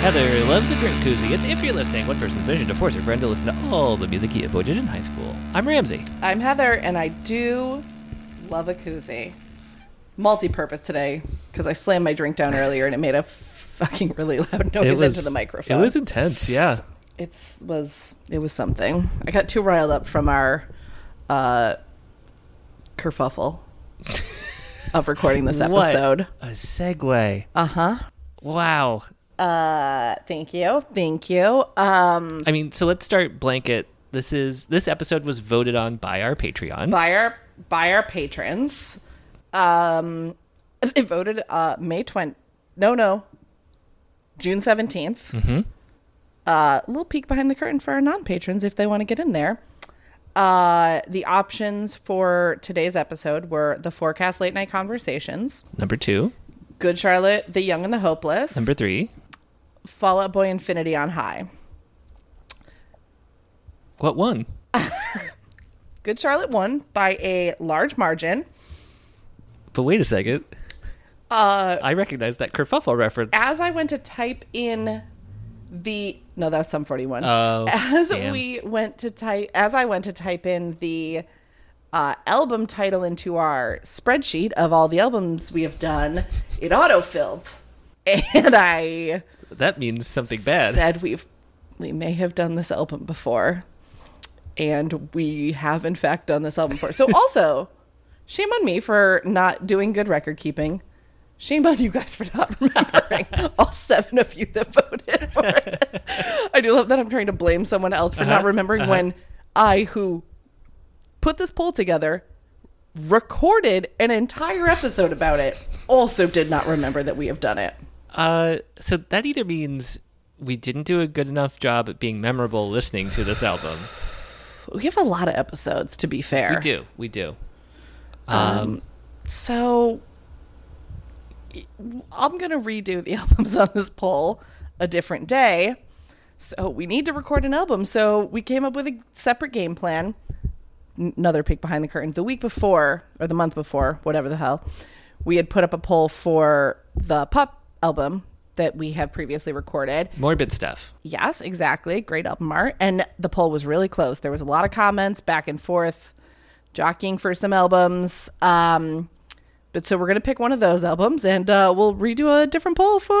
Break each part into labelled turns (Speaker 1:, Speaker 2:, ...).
Speaker 1: Heather loves a drink koozie. It's if you're listening, one person's mission to force your friend to listen to all the music he avoided in high school. I'm Ramsey.
Speaker 2: I'm Heather, and I do love a koozie. Multi-purpose today because I slammed my drink down earlier and it made a fucking really loud
Speaker 1: Oh,
Speaker 2: noise into the microphone.
Speaker 1: It was intense, yeah.
Speaker 2: It's was it was something. I got too riled up from our uh, kerfuffle of recording this
Speaker 1: What
Speaker 2: episode.
Speaker 1: A segue.
Speaker 2: Uh
Speaker 1: Uh-huh.
Speaker 2: huh.
Speaker 1: Wow.
Speaker 2: Uh, thank you, thank you. Um,
Speaker 1: I mean, so let's start blanket. This is this episode was voted on by our Patreon.
Speaker 2: by our by our patrons. Um, they voted uh May twenty. No, no, June 17th
Speaker 1: Mm-hmm.
Speaker 2: Uh, a little peek behind the curtain for our non patrons if they want to get in there. Uh, the options for today's episode were the forecast late night conversations,
Speaker 1: Number two,
Speaker 2: Good Charlotte, The Young and the Hopeless,
Speaker 1: number three.
Speaker 2: Fall Out Boy Infinity on High.
Speaker 1: What one?
Speaker 2: Good Charlotte won by a large margin.
Speaker 1: But wait a second. Uh, I recognize that kerfuffle reference.
Speaker 2: as I went to type in the no, that was some forty one.
Speaker 1: Oh,
Speaker 2: as
Speaker 1: damn.
Speaker 2: we went to type, as I went to type in the uh, album title into our spreadsheet of all the albums we have done, it auto filled, and I
Speaker 1: that means something bad.
Speaker 2: said we've we may have done this album before, and we have in fact done this album before. So also, shame on me for not doing good record keeping. Shame on you guys for not remembering all seven of you that voted for this. I do love that I'm trying to blame someone else for not remembering when I, who put this poll together, recorded an entire episode about it, also did not remember that we have done it.
Speaker 1: Uh, so that either means we didn't do a good enough job at being memorable listening to this album.
Speaker 2: We have a lot of episodes, to be fair.
Speaker 1: We do, we do.
Speaker 2: Um,
Speaker 1: Um,
Speaker 2: So I'm going to redo the albums on this poll a different day. So we need to record an album. So we came up with a separate game plan. N- Another peek behind the curtain. The week before, or the month before, whatever the hell, we had put up a poll for the pop album that we have previously recorded.
Speaker 1: Morbid stuff.
Speaker 2: Yes, exactly. Great album art. And the poll was really close. There was a lot of comments back and forth, jockeying for some albums. Um, but so we're going to pick one of those albums and uh, we'll redo a different poll for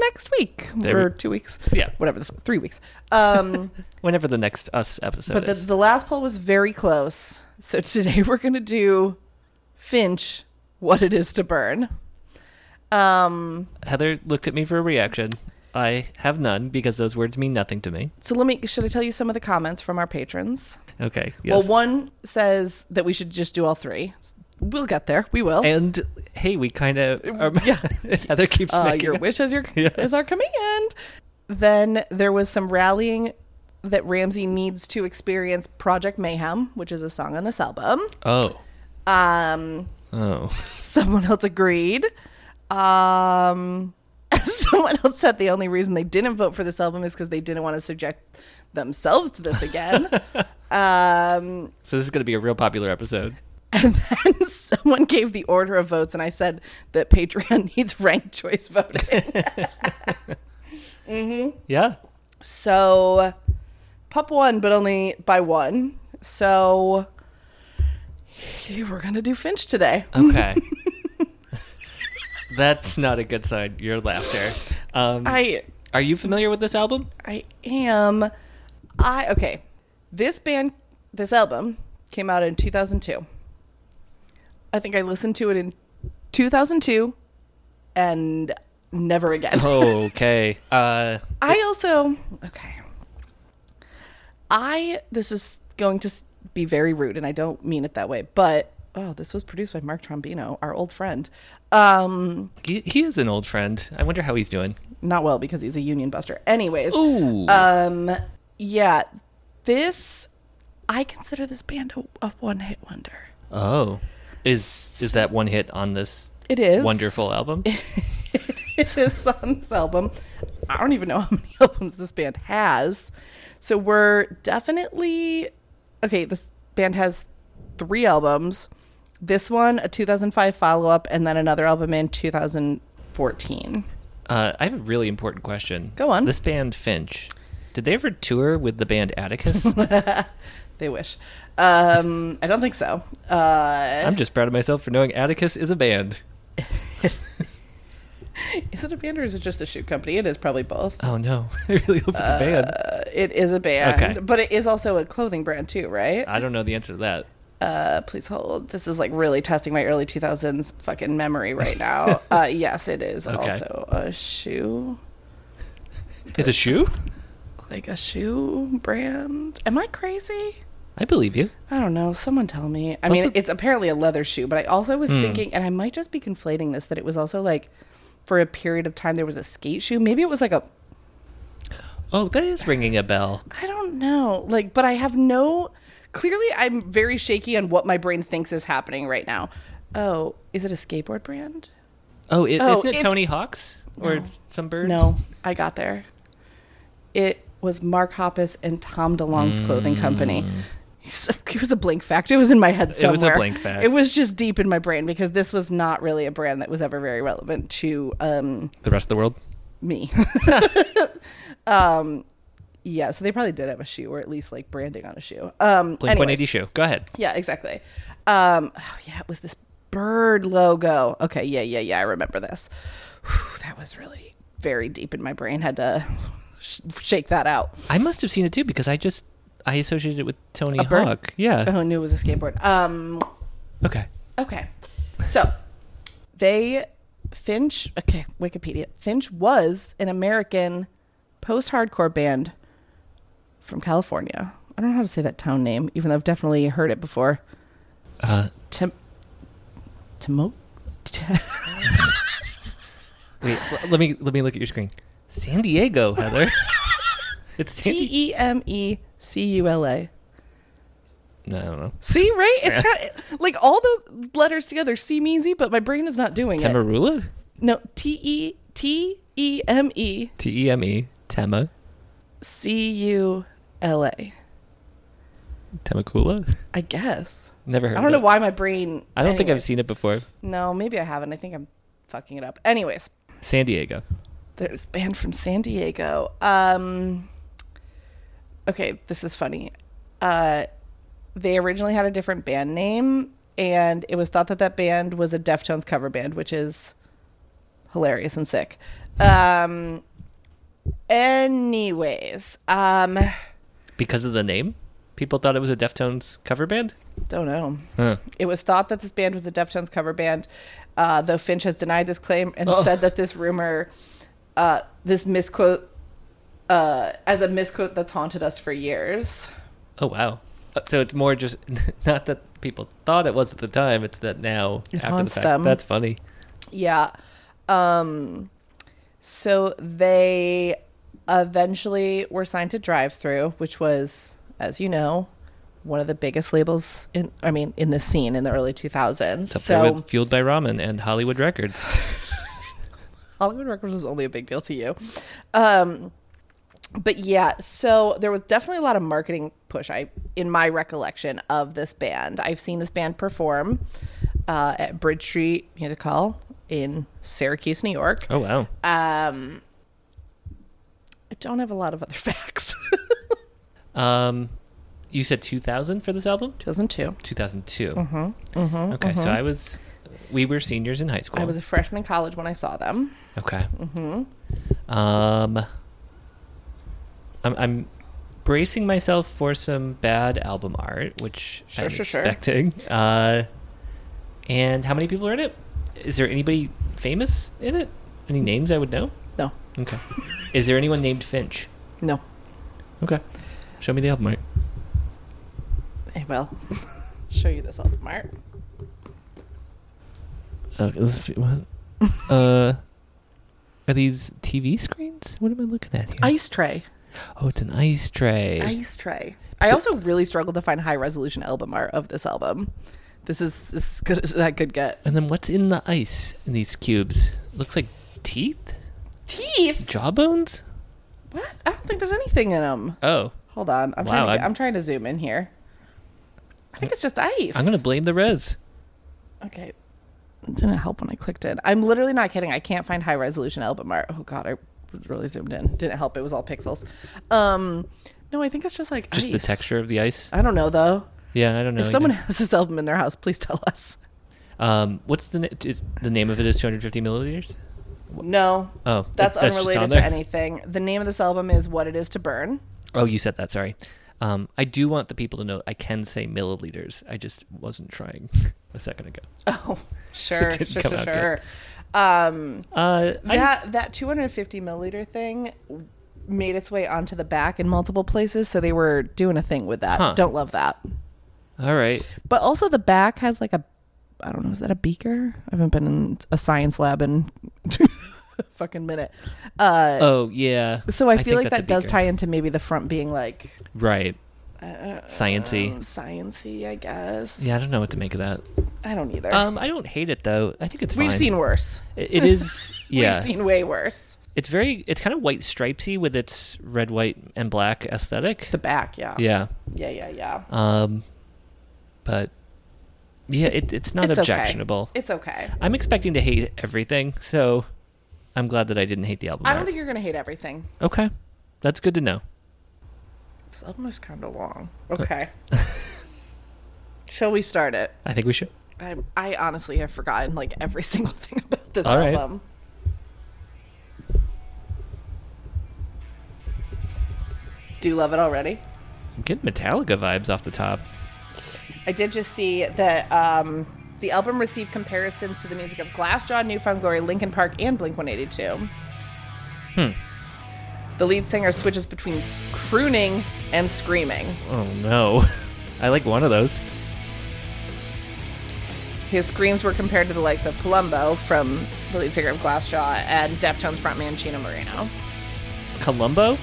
Speaker 2: next week
Speaker 1: There
Speaker 2: or
Speaker 1: we-
Speaker 2: two weeks.
Speaker 1: Yeah.
Speaker 2: Whatever, the f- three weeks. Um,
Speaker 1: Whenever the next Us episode
Speaker 2: but the,
Speaker 1: is.
Speaker 2: the last poll was very close. So today we're going to do Finch, What It Is to Burn. Um,
Speaker 1: Heather looked at me for a reaction. I have none because those words mean nothing to me.
Speaker 2: so let me, should I tell you some of the comments from our patrons?
Speaker 1: Okay. Yes.
Speaker 2: Well, one says that we should just do all three. We'll get there. We will.
Speaker 1: and hey, we kind of.
Speaker 2: Uh, yeah.
Speaker 1: Heather keeps
Speaker 2: uh,
Speaker 1: making
Speaker 2: your
Speaker 1: up-
Speaker 2: wish is your
Speaker 1: Yeah.
Speaker 2: is our command. Then there was some rallying that Ramsey needs to experience Project Mayhem, which is a song on this album.
Speaker 1: Oh.
Speaker 2: Um,
Speaker 1: Oh.
Speaker 2: someone else agreed. Um, someone else said the only reason they didn't vote for this album is because they didn't want to subject themselves to this again. um,
Speaker 1: So this is going to be a real popular episode.
Speaker 2: And then someone gave the order of votes, and I said that Patreon needs ranked choice voting.
Speaker 1: Yeah.
Speaker 2: so, Pup won, but only by one. So, we're going to do Finch today.
Speaker 1: Okay. That's not a good sign. Your laughter. Um,
Speaker 2: I,
Speaker 1: are you familiar with this album?
Speaker 2: I am. I, okay. This band, this album came out in 2002. I think I listened to it in 2002 and never again.
Speaker 1: Oh, okay. Uh,
Speaker 2: I also okay. I this is going to s- be very rude, and I don't mean it that way. But oh, this was produced by Mark Trombino, our old friend. Um,
Speaker 1: he, he is an old friend. I wonder how he's doing.
Speaker 2: not well because he's a union buster. Anyways,
Speaker 1: Ooh.
Speaker 2: um, yeah, this I consider this band a, a one hit wonder.
Speaker 1: oh. Is is that one hit on this
Speaker 2: It is
Speaker 1: wonderful album?
Speaker 2: it is on this album. I don't even know how many albums this band has. So we're definitely okay. This band has three albums. This one, a 2005 follow up, and then another album in 2014.
Speaker 1: Uh, I have a really important question.
Speaker 2: Go on.
Speaker 1: This band Finch, did they ever tour with the band Atticus?
Speaker 2: They wish. Um, I don't think so. Uh,
Speaker 1: I'm just proud of myself for knowing Atticus is a band.
Speaker 2: is it a band or is it just a shoe company? It is probably both.
Speaker 1: Oh no, I really hope it's a band.
Speaker 2: Uh, it is a band,
Speaker 1: Okay.
Speaker 2: but it is also a clothing brand too, right?
Speaker 1: I don't know the answer to that.
Speaker 2: Uh, please hold. This is like really testing my early 2000s fucking memory right now. uh, yes, it is
Speaker 1: Okay.
Speaker 2: also a shoe,
Speaker 1: It's a shoe?
Speaker 2: like a shoe brand. Am I crazy?
Speaker 1: I believe you.
Speaker 2: I don't know. Someone tell me. I
Speaker 1: Plus
Speaker 2: mean,
Speaker 1: it-
Speaker 2: it's apparently a leather shoe, but I also was thinking, and I might just be conflating this, that it was also like for a period of time there was a skate shoe. Maybe it was like a,
Speaker 1: Oh, that is ringing a bell.
Speaker 2: I don't know. Like, but I have no, clearly I'm very shaky on what my brain thinks is happening right now. Oh, is it a skateboard brand?
Speaker 1: Oh, it,
Speaker 2: Oh,
Speaker 1: isn't it
Speaker 2: it's-
Speaker 1: Tony Hawk's or some bird?
Speaker 2: No, I got there. It was Mark Hoppus and Tom DeLong's clothing company. He's- It was a blink fact. It was in my head
Speaker 1: Mm. It
Speaker 2: somewhere.
Speaker 1: was a blank fact.
Speaker 2: It was just deep in my brain because this was not really a brand that was ever very relevant to um,
Speaker 1: The rest of the world?
Speaker 2: me. um, yeah, so they probably did have a shoe or at least like branding on a shoe. Um,
Speaker 1: Blink
Speaker 2: anyways.
Speaker 1: 180 shoe. Go ahead.
Speaker 2: Yeah, exactly. Um, oh yeah, it was this bird logo. Okay, yeah, yeah, yeah. I remember this. Whew, that was really very deep in my brain. Had to sh- shake that out.
Speaker 1: I must have seen it too because I just I associated it with Tony
Speaker 2: bird?
Speaker 1: Hawk. Yeah.
Speaker 2: Oh, I knew it was a skateboard. Um,
Speaker 1: Okay.
Speaker 2: okay, so they Finch. Okay, Wikipedia. Finch was an American post-hardcore band from California. I don't know how to say that town name, even though I've definitely heard it before.
Speaker 1: Uh,
Speaker 2: Tim, Timo.
Speaker 1: wait. l- let me let me look at your screen. San Diego, Heather. it's San.
Speaker 2: T
Speaker 1: Di-
Speaker 2: E M E C U L
Speaker 1: E
Speaker 2: A.
Speaker 1: no, I don't know.
Speaker 2: See, right? It's
Speaker 1: Yeah.
Speaker 2: got like all those letters together seem easy, but my brain is not doing it.
Speaker 1: Temerula.
Speaker 2: No, T E T E M E
Speaker 1: T E M E. Tema.
Speaker 2: C U L A.
Speaker 1: Temecula.
Speaker 2: I guess.
Speaker 1: Never heard.
Speaker 2: I don't know
Speaker 1: of it.
Speaker 2: why my brain.
Speaker 1: I don't think I've
Speaker 2: anyways.
Speaker 1: seen it before.
Speaker 2: No, maybe I haven't. I think I'm fucking it up. Anyways,
Speaker 1: San Diego.
Speaker 2: there's a band from San Diego. Um, okay, this is funny. Uh, they originally had a different band name, and it was thought that that band was a Deftones cover band, which is hilarious and sick. Um, anyways, um,
Speaker 1: Because of the name, people thought it was a Deftones cover band.
Speaker 2: don't know.
Speaker 1: Huh.
Speaker 2: It was thought that this band was a Deftones cover band, uh, though Finch has denied this claim and
Speaker 1: Oh.
Speaker 2: said that this rumor, uh, this misquote, uh, as a misquote that's haunted us for years.
Speaker 1: Oh wow. Uh, So it's more just not that people thought it was at the time. It's that now after the
Speaker 2: haunts
Speaker 1: fact.
Speaker 2: them.
Speaker 1: That's funny.
Speaker 2: Yeah. Um, so they eventually were signed to Drive Through, which was, as you know, one of the biggest labels in, I mean, in the scene in the early 2000s.
Speaker 1: It's up
Speaker 2: so
Speaker 1: there with Fueled by Ramen and Hollywood Records.
Speaker 2: Hollywood Records was only a big deal to you. Um, but yeah, so there was definitely a lot of marketing push. I, in my recollection of this band, I've seen this band perform uh, at Bridge Street Music Hall in Syracuse, New York.
Speaker 1: Oh wow.
Speaker 2: Um, I don't have a lot of other facts.
Speaker 1: Um, you said 2000 for this album?
Speaker 2: 2002.
Speaker 1: 2002. Mm-hmm, okay, so I was, we were seniors in high school.
Speaker 2: mm-hmm. I was a freshman in college when I saw them.
Speaker 1: okay. Mm-hmm. Um, I'm, I'm bracing myself for some bad album art, which
Speaker 2: Sure,
Speaker 1: I'm
Speaker 2: sure, sure.
Speaker 1: expecting. Uh, and how many people are in it? Is there anybody famous in it? Any names I would know?
Speaker 2: No,
Speaker 1: Okay. Is there anyone named Finch?
Speaker 2: no,
Speaker 1: Okay. Show me the album art.
Speaker 2: I will show you this album art.
Speaker 1: Okay, this is, what? uh, are these TV screens? What am I looking at here?
Speaker 2: Ice tray.
Speaker 1: oh, it's an ice tray.
Speaker 2: Ice tray. I also really struggled to find high resolution album art of this album. This is as good as I could get.
Speaker 1: and then what's in the ice in these cubes? Looks like teeth,
Speaker 2: Teeth?
Speaker 1: jawbones.
Speaker 2: What? I don't think there's anything in them.
Speaker 1: Oh,
Speaker 2: Hold on. I'm,
Speaker 1: Wow,
Speaker 2: trying, to
Speaker 1: I-
Speaker 2: get, I'm trying to zoom in here. I think it's just ice.
Speaker 1: I'm gonna blame the res.
Speaker 2: Okay. it didn't help when I clicked it. I'm literally not kidding. I can't find high resolution album art. Oh god, I really zoomed in. Didn't help. It was all pixels. Um, no, I think it's just like
Speaker 1: Just the
Speaker 2: ice.
Speaker 1: texture of the ice.
Speaker 2: I don't know though.
Speaker 1: Yeah, I don't know.
Speaker 2: if
Speaker 1: either.
Speaker 2: someone has this album in their house, please tell us.
Speaker 1: um, what's the na- is the name of it is 250 milliliters?
Speaker 2: No.
Speaker 1: Oh,
Speaker 2: that's,
Speaker 1: that- that's just on
Speaker 2: unrelated to
Speaker 1: there?
Speaker 2: anything. The name of this album is What It Is to Burn.
Speaker 1: Oh, you said that. Sorry. Um, I do want the people to know I can say milliliters. I just wasn't trying a second ago.
Speaker 2: Oh, sure,
Speaker 1: didn't
Speaker 2: sure,
Speaker 1: come
Speaker 2: sure,
Speaker 1: out
Speaker 2: sure. Um,
Speaker 1: Uh, I-
Speaker 2: that that 250 milliliter thing made its way onto the back in multiple places, so they were doing a thing with that.
Speaker 1: Huh.
Speaker 2: Don't love that.
Speaker 1: all right.
Speaker 2: But also the back has like a I don't know, is that a beaker? I haven't been in a science lab in a fucking minute. Uh,
Speaker 1: Oh yeah.
Speaker 2: so I
Speaker 1: think
Speaker 2: feel like
Speaker 1: that's a
Speaker 2: that does
Speaker 1: beaker.
Speaker 2: tie into maybe the front being like
Speaker 1: Right. Sciency.
Speaker 2: um, sciency, I guess.
Speaker 1: yeah, I don't know what to make of that.
Speaker 2: I don't either.
Speaker 1: Um, I don't hate it though. I think it's
Speaker 2: We've
Speaker 1: fine.
Speaker 2: seen worse.
Speaker 1: It- it is. Yeah.
Speaker 2: We've seen way worse.
Speaker 1: It's very. It's kind of white stripesy with its red, white, and black aesthetic.
Speaker 2: The back, yeah.
Speaker 1: yeah.
Speaker 2: Yeah, yeah, yeah.
Speaker 1: Um, but yeah, it, it's not
Speaker 2: It's okay.
Speaker 1: objectionable.
Speaker 2: It's okay.
Speaker 1: I'm expecting to hate everything, so I'm glad that I didn't hate the album.
Speaker 2: I don't
Speaker 1: art.
Speaker 2: think you're gonna hate everything.
Speaker 1: Okay, that's good to know.
Speaker 2: This album is kind of long. Okay. Shall we start it?
Speaker 1: I think we should.
Speaker 2: I, I honestly have forgotten like every single thing about this
Speaker 1: All right.
Speaker 2: album. Do you love it already?
Speaker 1: Get Metallica vibes off the top.
Speaker 2: I did just see that um, the album received comparisons to the music of Glassjaw, Newfound Glory, Linkin Park, and Blink 182. Hmm.
Speaker 1: Hmm.
Speaker 2: The lead singer switches between crooning and screaming.
Speaker 1: Oh no, I like one of those.
Speaker 2: His screams were compared to the likes of Palumbo from the lead singer of Glassjaw and Deftones frontman Gina Marino.
Speaker 1: Columbo.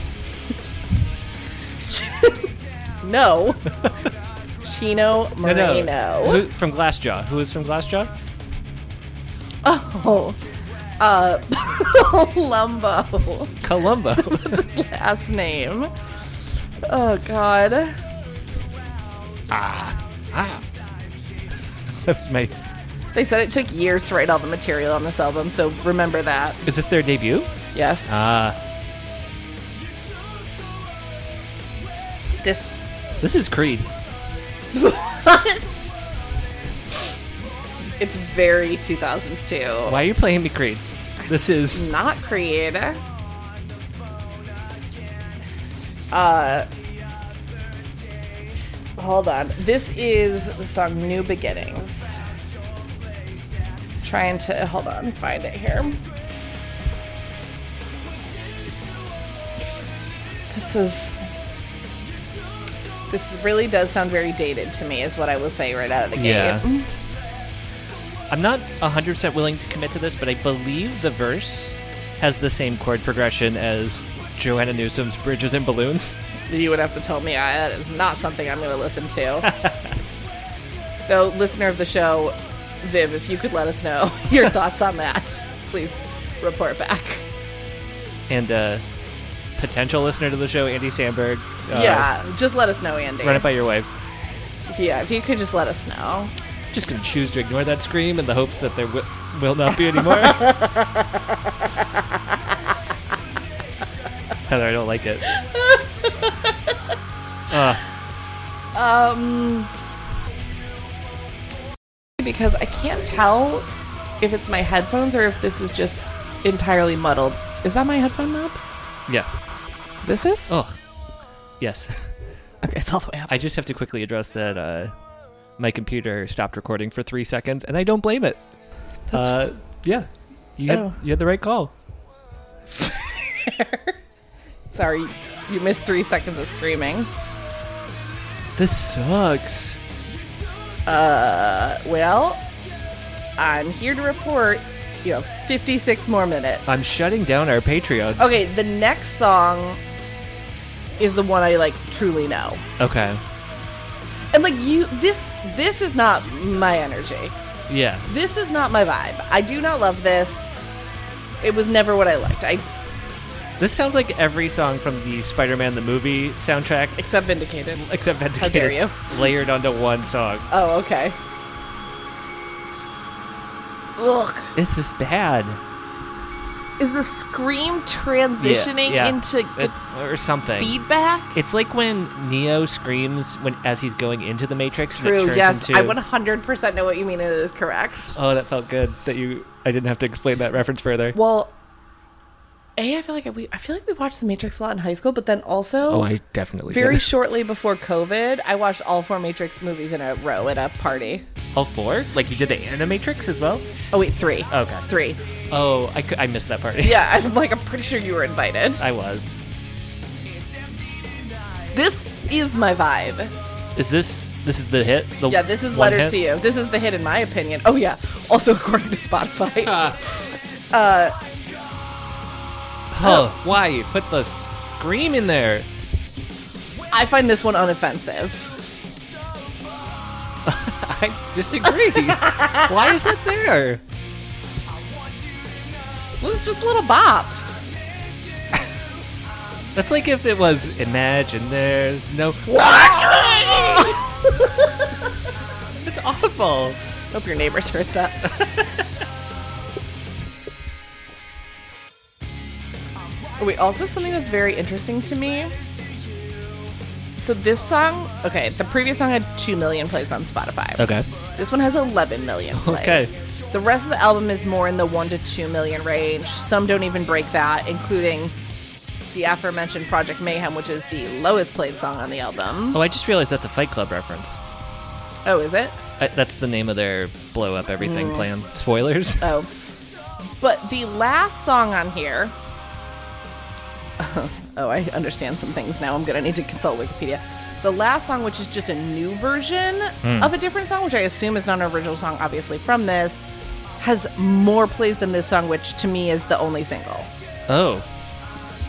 Speaker 2: No. Chino
Speaker 1: No, no.
Speaker 2: Marino.
Speaker 1: Who, from Glassjaw. Who is from Glassjaw?
Speaker 2: Oh. Uh, Palumbo.
Speaker 1: Columbo.
Speaker 2: That's his last name. Oh, God.
Speaker 1: ah. That was my.
Speaker 2: They said it took years to write all the material on this album, so remember that.
Speaker 1: Is this their debut?
Speaker 2: Yes.
Speaker 1: Ah,
Speaker 2: this.
Speaker 1: this is Creed.
Speaker 2: It's very 2002.
Speaker 1: Why are you playing me Creed? This is.
Speaker 2: Not Creed. Uh, Uh, hold on. This is the song New Beginnings. Trying to, hold on, find it here. This is. This really does sound very dated to me, is what I will say right out of the gate.
Speaker 1: Yeah. I'm not 100% willing to commit to this, but I believe the verse has the same chord progression as Joanna Newsom's Bridges and Balloons.
Speaker 2: you would have to tell me I, that is not something I'm going to listen to. so, listener of the show, Viv, if you could let us know your thoughts on that, please report back.
Speaker 1: And uh, potential listener to the show, Andy Sandberg. Uh,
Speaker 2: yeah, just let us know, Andy.
Speaker 1: Run it by your wife.
Speaker 2: yeah, if you could just let us know.
Speaker 1: Just going to choose to ignore that scream in the hopes that there will, will not be anymore. Heather, I don't like it.
Speaker 2: Um, Because I can't tell if it's my headphones or if this is just entirely muddled. Is that my headphone knob?
Speaker 1: Yeah.
Speaker 2: This is?
Speaker 1: Oh, yes.
Speaker 2: Okay, it's all the way up.
Speaker 1: I just have to quickly address that uh, my computer stopped recording for three seconds, and I don't blame it.
Speaker 2: That's
Speaker 1: uh, yeah, you had,
Speaker 2: Oh.
Speaker 1: you had the right call.
Speaker 2: Sorry, you missed three seconds of screaming.
Speaker 1: This sucks.
Speaker 2: Well, I'm here to report you have 56 more minutes.
Speaker 1: I'm shutting down our Patreon.
Speaker 2: okay, the next song is the one I like truly know.
Speaker 1: Okay.
Speaker 2: And like you this this is not my energy.
Speaker 1: Yeah.
Speaker 2: This is not my vibe. I do not love this. It was never what I liked. I
Speaker 1: This sounds like every song from the Spider-Man the movie soundtrack,
Speaker 2: except vindicated.
Speaker 1: except Vindicator,
Speaker 2: dare you.
Speaker 1: layered onto one song.
Speaker 2: Oh, okay. Ugh.
Speaker 1: This is bad.
Speaker 2: Is the scream
Speaker 1: Yeah,
Speaker 2: transitioning
Speaker 1: yeah.
Speaker 2: into
Speaker 1: It-
Speaker 2: good
Speaker 1: or something.
Speaker 2: feedback?
Speaker 1: It's like when Neo screams when as he's going into the Matrix. And it
Speaker 2: True.
Speaker 1: turns
Speaker 2: Yes,
Speaker 1: into,
Speaker 2: I 100% know what you mean. and It is correct.
Speaker 1: Oh, that felt good that you. I didn't have to explain that reference further.
Speaker 2: Well, a I feel like we I feel like we watched The Matrix a lot in high school, but then also
Speaker 1: Oh, I definitely
Speaker 2: very
Speaker 1: did.
Speaker 2: shortly before COVID, I watched all four Matrix movies in a row at a party.
Speaker 1: All Oh, four? Like you did the Animatrix as well?
Speaker 2: Oh wait, three.
Speaker 1: Okay.
Speaker 2: Three.
Speaker 1: Oh, I, cou- I missed that part.
Speaker 2: Yeah, I'm like I'm pretty sure you were invited.
Speaker 1: I was.
Speaker 2: this is my vibe.
Speaker 1: Is this this is the hit? The
Speaker 2: Yeah, this is
Speaker 1: one
Speaker 2: letters
Speaker 1: hit?
Speaker 2: to you. This is the hit in my opinion. Oh yeah. Also according to Spotify.
Speaker 1: Huh, why you put the scream in there?
Speaker 2: I find this one unoffensive.
Speaker 1: I disagree. why is that there?
Speaker 2: Well, It's just a little bop.
Speaker 1: That's like if it was imagine there's no. It's awful.
Speaker 2: Hope your neighbors heard that. Wait, also something that's very interesting to me. So this song, okay, the previous song had two million plays on Spotify.
Speaker 1: Okay.
Speaker 2: This one has 11 million plays.
Speaker 1: Okay.
Speaker 2: The rest of the album is more in the one to two million range. Some don't even break that, including the aforementioned Project Mayhem, which is the lowest played song on the album.
Speaker 1: Oh, I just realized that's a Fight Club reference.
Speaker 2: Oh, is it?
Speaker 1: I, that's the name of their blow up everything plan. Spoilers.
Speaker 2: Oh. But the last song on here. oh, I understand some things now. I'm going to need to consult Wikipedia. The last song, which is just a new version
Speaker 1: Hmm.
Speaker 2: of a different song, which I assume is not an original song, obviously, from this, has more plays than this song, which to me is the only single.
Speaker 1: Oh,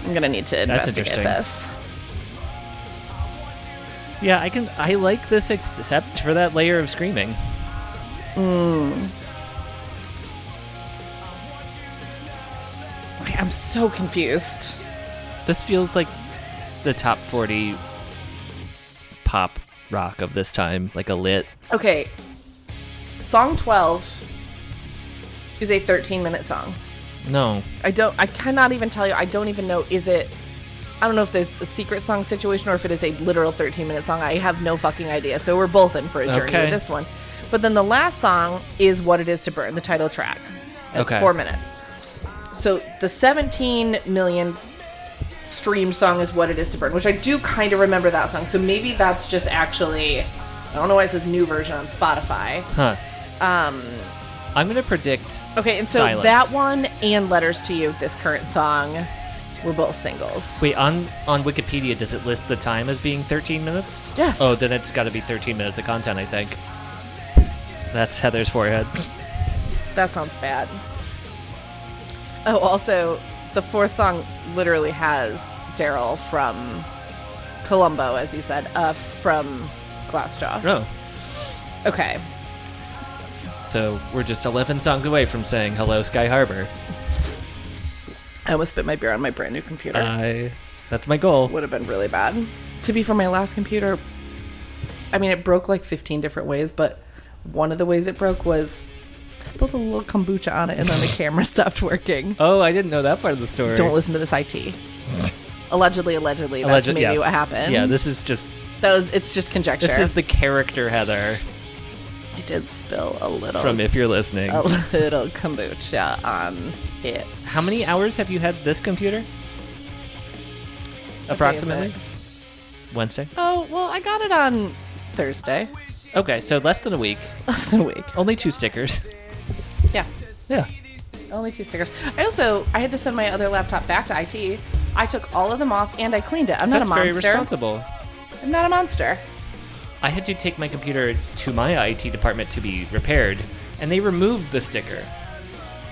Speaker 2: I'm going to need to
Speaker 1: That's
Speaker 2: investigate this.
Speaker 1: interesting. yeah. I can. I like this except for that layer of screaming.
Speaker 2: Wait, I'm so confused.
Speaker 1: This feels like the top forty pop rock of this time, like a lit.
Speaker 2: Okay. Song 12 is a 13 minute song.
Speaker 1: No,
Speaker 2: I don't. I cannot even tell you. I don't even know. Is it? I don't know if there's a secret song situation or if it is a literal 13 minute song. I have no fucking idea. So we're both in for a journey
Speaker 1: Okay.
Speaker 2: with this one. But then the last song is "What It Is to Burn," the title track. That's
Speaker 1: Okay.
Speaker 2: four minutes. So the 17 million stream song is "What It Is to Burn," which I do kind of remember that song. So maybe that's just actually. I don't know why it says new version on Spotify.
Speaker 1: huh? Um, I'm gonna predict.
Speaker 2: Okay, and so
Speaker 1: Silence.
Speaker 2: that one and "Letters to You," this current song, were both singles.
Speaker 1: Wait, on on Wikipedia, does it list the time as being 13 minutes?
Speaker 2: Yes.
Speaker 1: Oh, then it's got to be 13 minutes of content, I think. That's Heather's forehead.
Speaker 2: That sounds bad. Oh, also, the fourth song literally has Daryl from Columbo, as you said, uh, from Glassjaw.
Speaker 1: Oh,
Speaker 2: Okay.
Speaker 1: so we're just 11 songs away from saying hello, Sky Harbor.
Speaker 2: I almost spit my beer on my brand new computer.
Speaker 1: I. That's my goal.
Speaker 2: Would have been really bad. To be for my last computer, I mean, it broke like 15 different ways, but one of the ways it broke was I spilled a little kombucha on it and then the camera stopped working.
Speaker 1: Oh, I didn't know that part of the story.
Speaker 2: Don't listen to this IT. Allegedly, allegedly, that's
Speaker 1: Alleged-
Speaker 2: maybe
Speaker 1: yeah.
Speaker 2: what happened.
Speaker 1: Yeah, this is just
Speaker 2: That was, it's just conjecture.
Speaker 1: this is the character Heather
Speaker 2: I did spill a little,
Speaker 1: from If You're Listening.
Speaker 2: a little kombucha on it.
Speaker 1: How many hours have you had this computer? Approximately. Wednesday.
Speaker 2: Oh well, I got it on Thursday,
Speaker 1: Okay, so less than a week.
Speaker 2: less than a week.
Speaker 1: Only two stickers.
Speaker 2: Yeah,
Speaker 1: Yeah.
Speaker 2: only two stickers. I also I had to send my other laptop back to IT. I took all of them off and I cleaned it. I'm not
Speaker 1: That's
Speaker 2: a
Speaker 1: very
Speaker 2: monster.
Speaker 1: responsible.
Speaker 2: I'm not a monster.
Speaker 1: I had to take my computer to my IT department to be repaired, and they removed the sticker.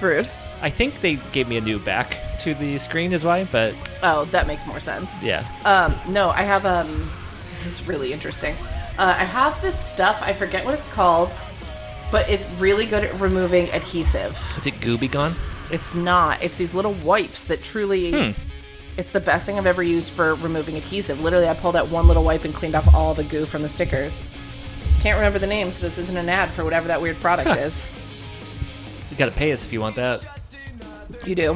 Speaker 2: Rude.
Speaker 1: I think they gave me a new back to the screen, is why, but
Speaker 2: Oh, that makes more sense.
Speaker 1: yeah.
Speaker 2: Um, no, I have um. This is really interesting. Uh, I have this stuff. I forget what it's called, but it's really good at removing adhesive.
Speaker 1: Is it Gooby Gone?
Speaker 2: It's not. It's these little wipes that truly. It's the best thing I've ever used for removing adhesive. Literally, I pulled out one little wipe and cleaned off all the goo from the stickers. Can't remember the name, so this isn't an ad for whatever that weird product is.
Speaker 1: Did gotta pay us if you want that.
Speaker 2: You do.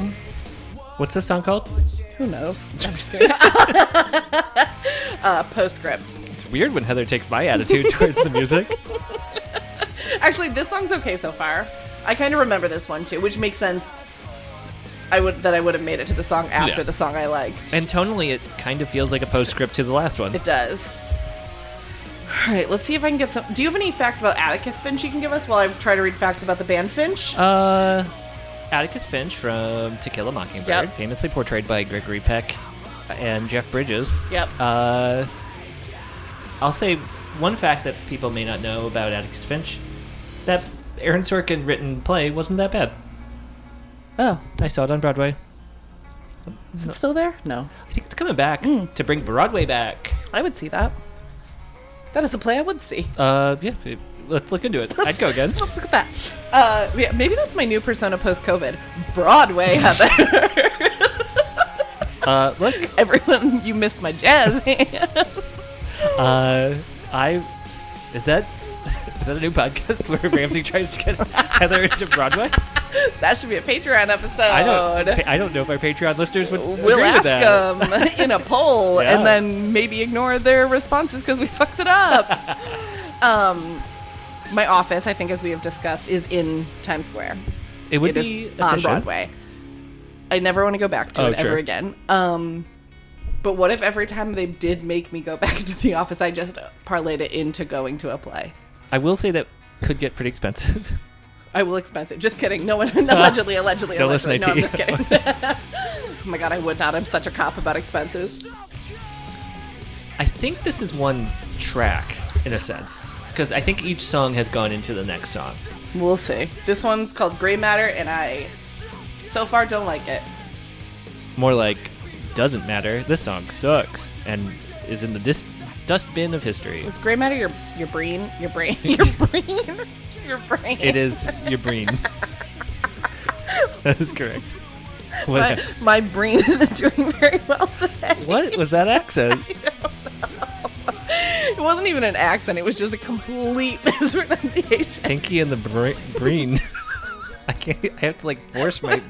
Speaker 1: What's this song called?
Speaker 2: Who knows? I'm just kidding. uh, postscript.
Speaker 1: It's weird when Heather takes my attitude towards the music.
Speaker 2: Actually, this song's okay so far. I kind of remember this one too, which makes sense. I would that I would have made it to the song after
Speaker 1: Yeah.
Speaker 2: the song I liked.
Speaker 1: And tonally, it kind of feels like a postscript to the last one.
Speaker 2: It does. All right, let's see if I can get some. Do you have any facts about Atticus Finch you can give us while I try to read facts about the band Finch?
Speaker 1: Uh, Atticus Finch from To Kill a Mockingbird,
Speaker 2: Yep.
Speaker 1: famously portrayed by Gregory Peck and Jeff Bridges.
Speaker 2: Yep.
Speaker 1: Uh, I'll say one fact that people may not know about Atticus Finch: that Aaron Sorkin written play wasn't that bad.
Speaker 2: oh,
Speaker 1: I saw it on Broadway.
Speaker 2: is it still there? No,
Speaker 1: I think it's coming back
Speaker 2: Hmm.
Speaker 1: to bring Broadway back.
Speaker 2: I would see that. That is a play I would see.
Speaker 1: Uh, yeah, it- let's look into it. I'd go again.
Speaker 2: Let's look at that. Uh, yeah, maybe that's my new persona post COVID. Broadway Heather.
Speaker 1: Uh, look,
Speaker 2: Everyone, you missed my jazz.
Speaker 1: uh, I is that is that a new podcast where Ramsey tries to get Heather into Broadway?
Speaker 2: that should be a Patreon episode.
Speaker 1: I don't. pa- I don't know if our Patreon listeners would
Speaker 2: We'll
Speaker 1: agree with
Speaker 2: ask uh,
Speaker 1: that.
Speaker 2: them in a poll
Speaker 1: Yeah.
Speaker 2: and then maybe ignore their responses because we fucked it up. um, my office, I think, as we have discussed, is in Times Square.
Speaker 1: It would
Speaker 2: It is
Speaker 1: be
Speaker 2: on
Speaker 1: efficient.
Speaker 2: Broadway. I never want to go back to
Speaker 1: Oh,
Speaker 2: it ever
Speaker 1: sure.
Speaker 2: again. Um, but what if every time they did make me go back to the office, I just parlayed it into going to a play?
Speaker 1: I will say that could get pretty expensive.
Speaker 2: I will expense it. Just kidding. No one allegedly, allegedly,
Speaker 1: Don't
Speaker 2: allegedly.
Speaker 1: listen to
Speaker 2: no, I'm just kidding. oh my god, I would not. I'm such a cop about expenses.
Speaker 1: I think this is one track in a sense because I think each song has gone into the next song.
Speaker 2: We'll see. This one's called Gray Matter, and I so far don't like it.
Speaker 1: More like doesn't matter. This song sucks and is in the dis- dustbin of history.
Speaker 2: Is Gray Matter your your brain? Your brain? Your brain? your brain?
Speaker 1: It is your brain. that is correct.
Speaker 2: My,
Speaker 1: What,
Speaker 2: my brain isn't doing very well today.
Speaker 1: what was that accent?
Speaker 2: It wasn't even an accent. It was just a complete mispronunciation.
Speaker 1: Pinky and the bra- brain. I can't. I have to like force my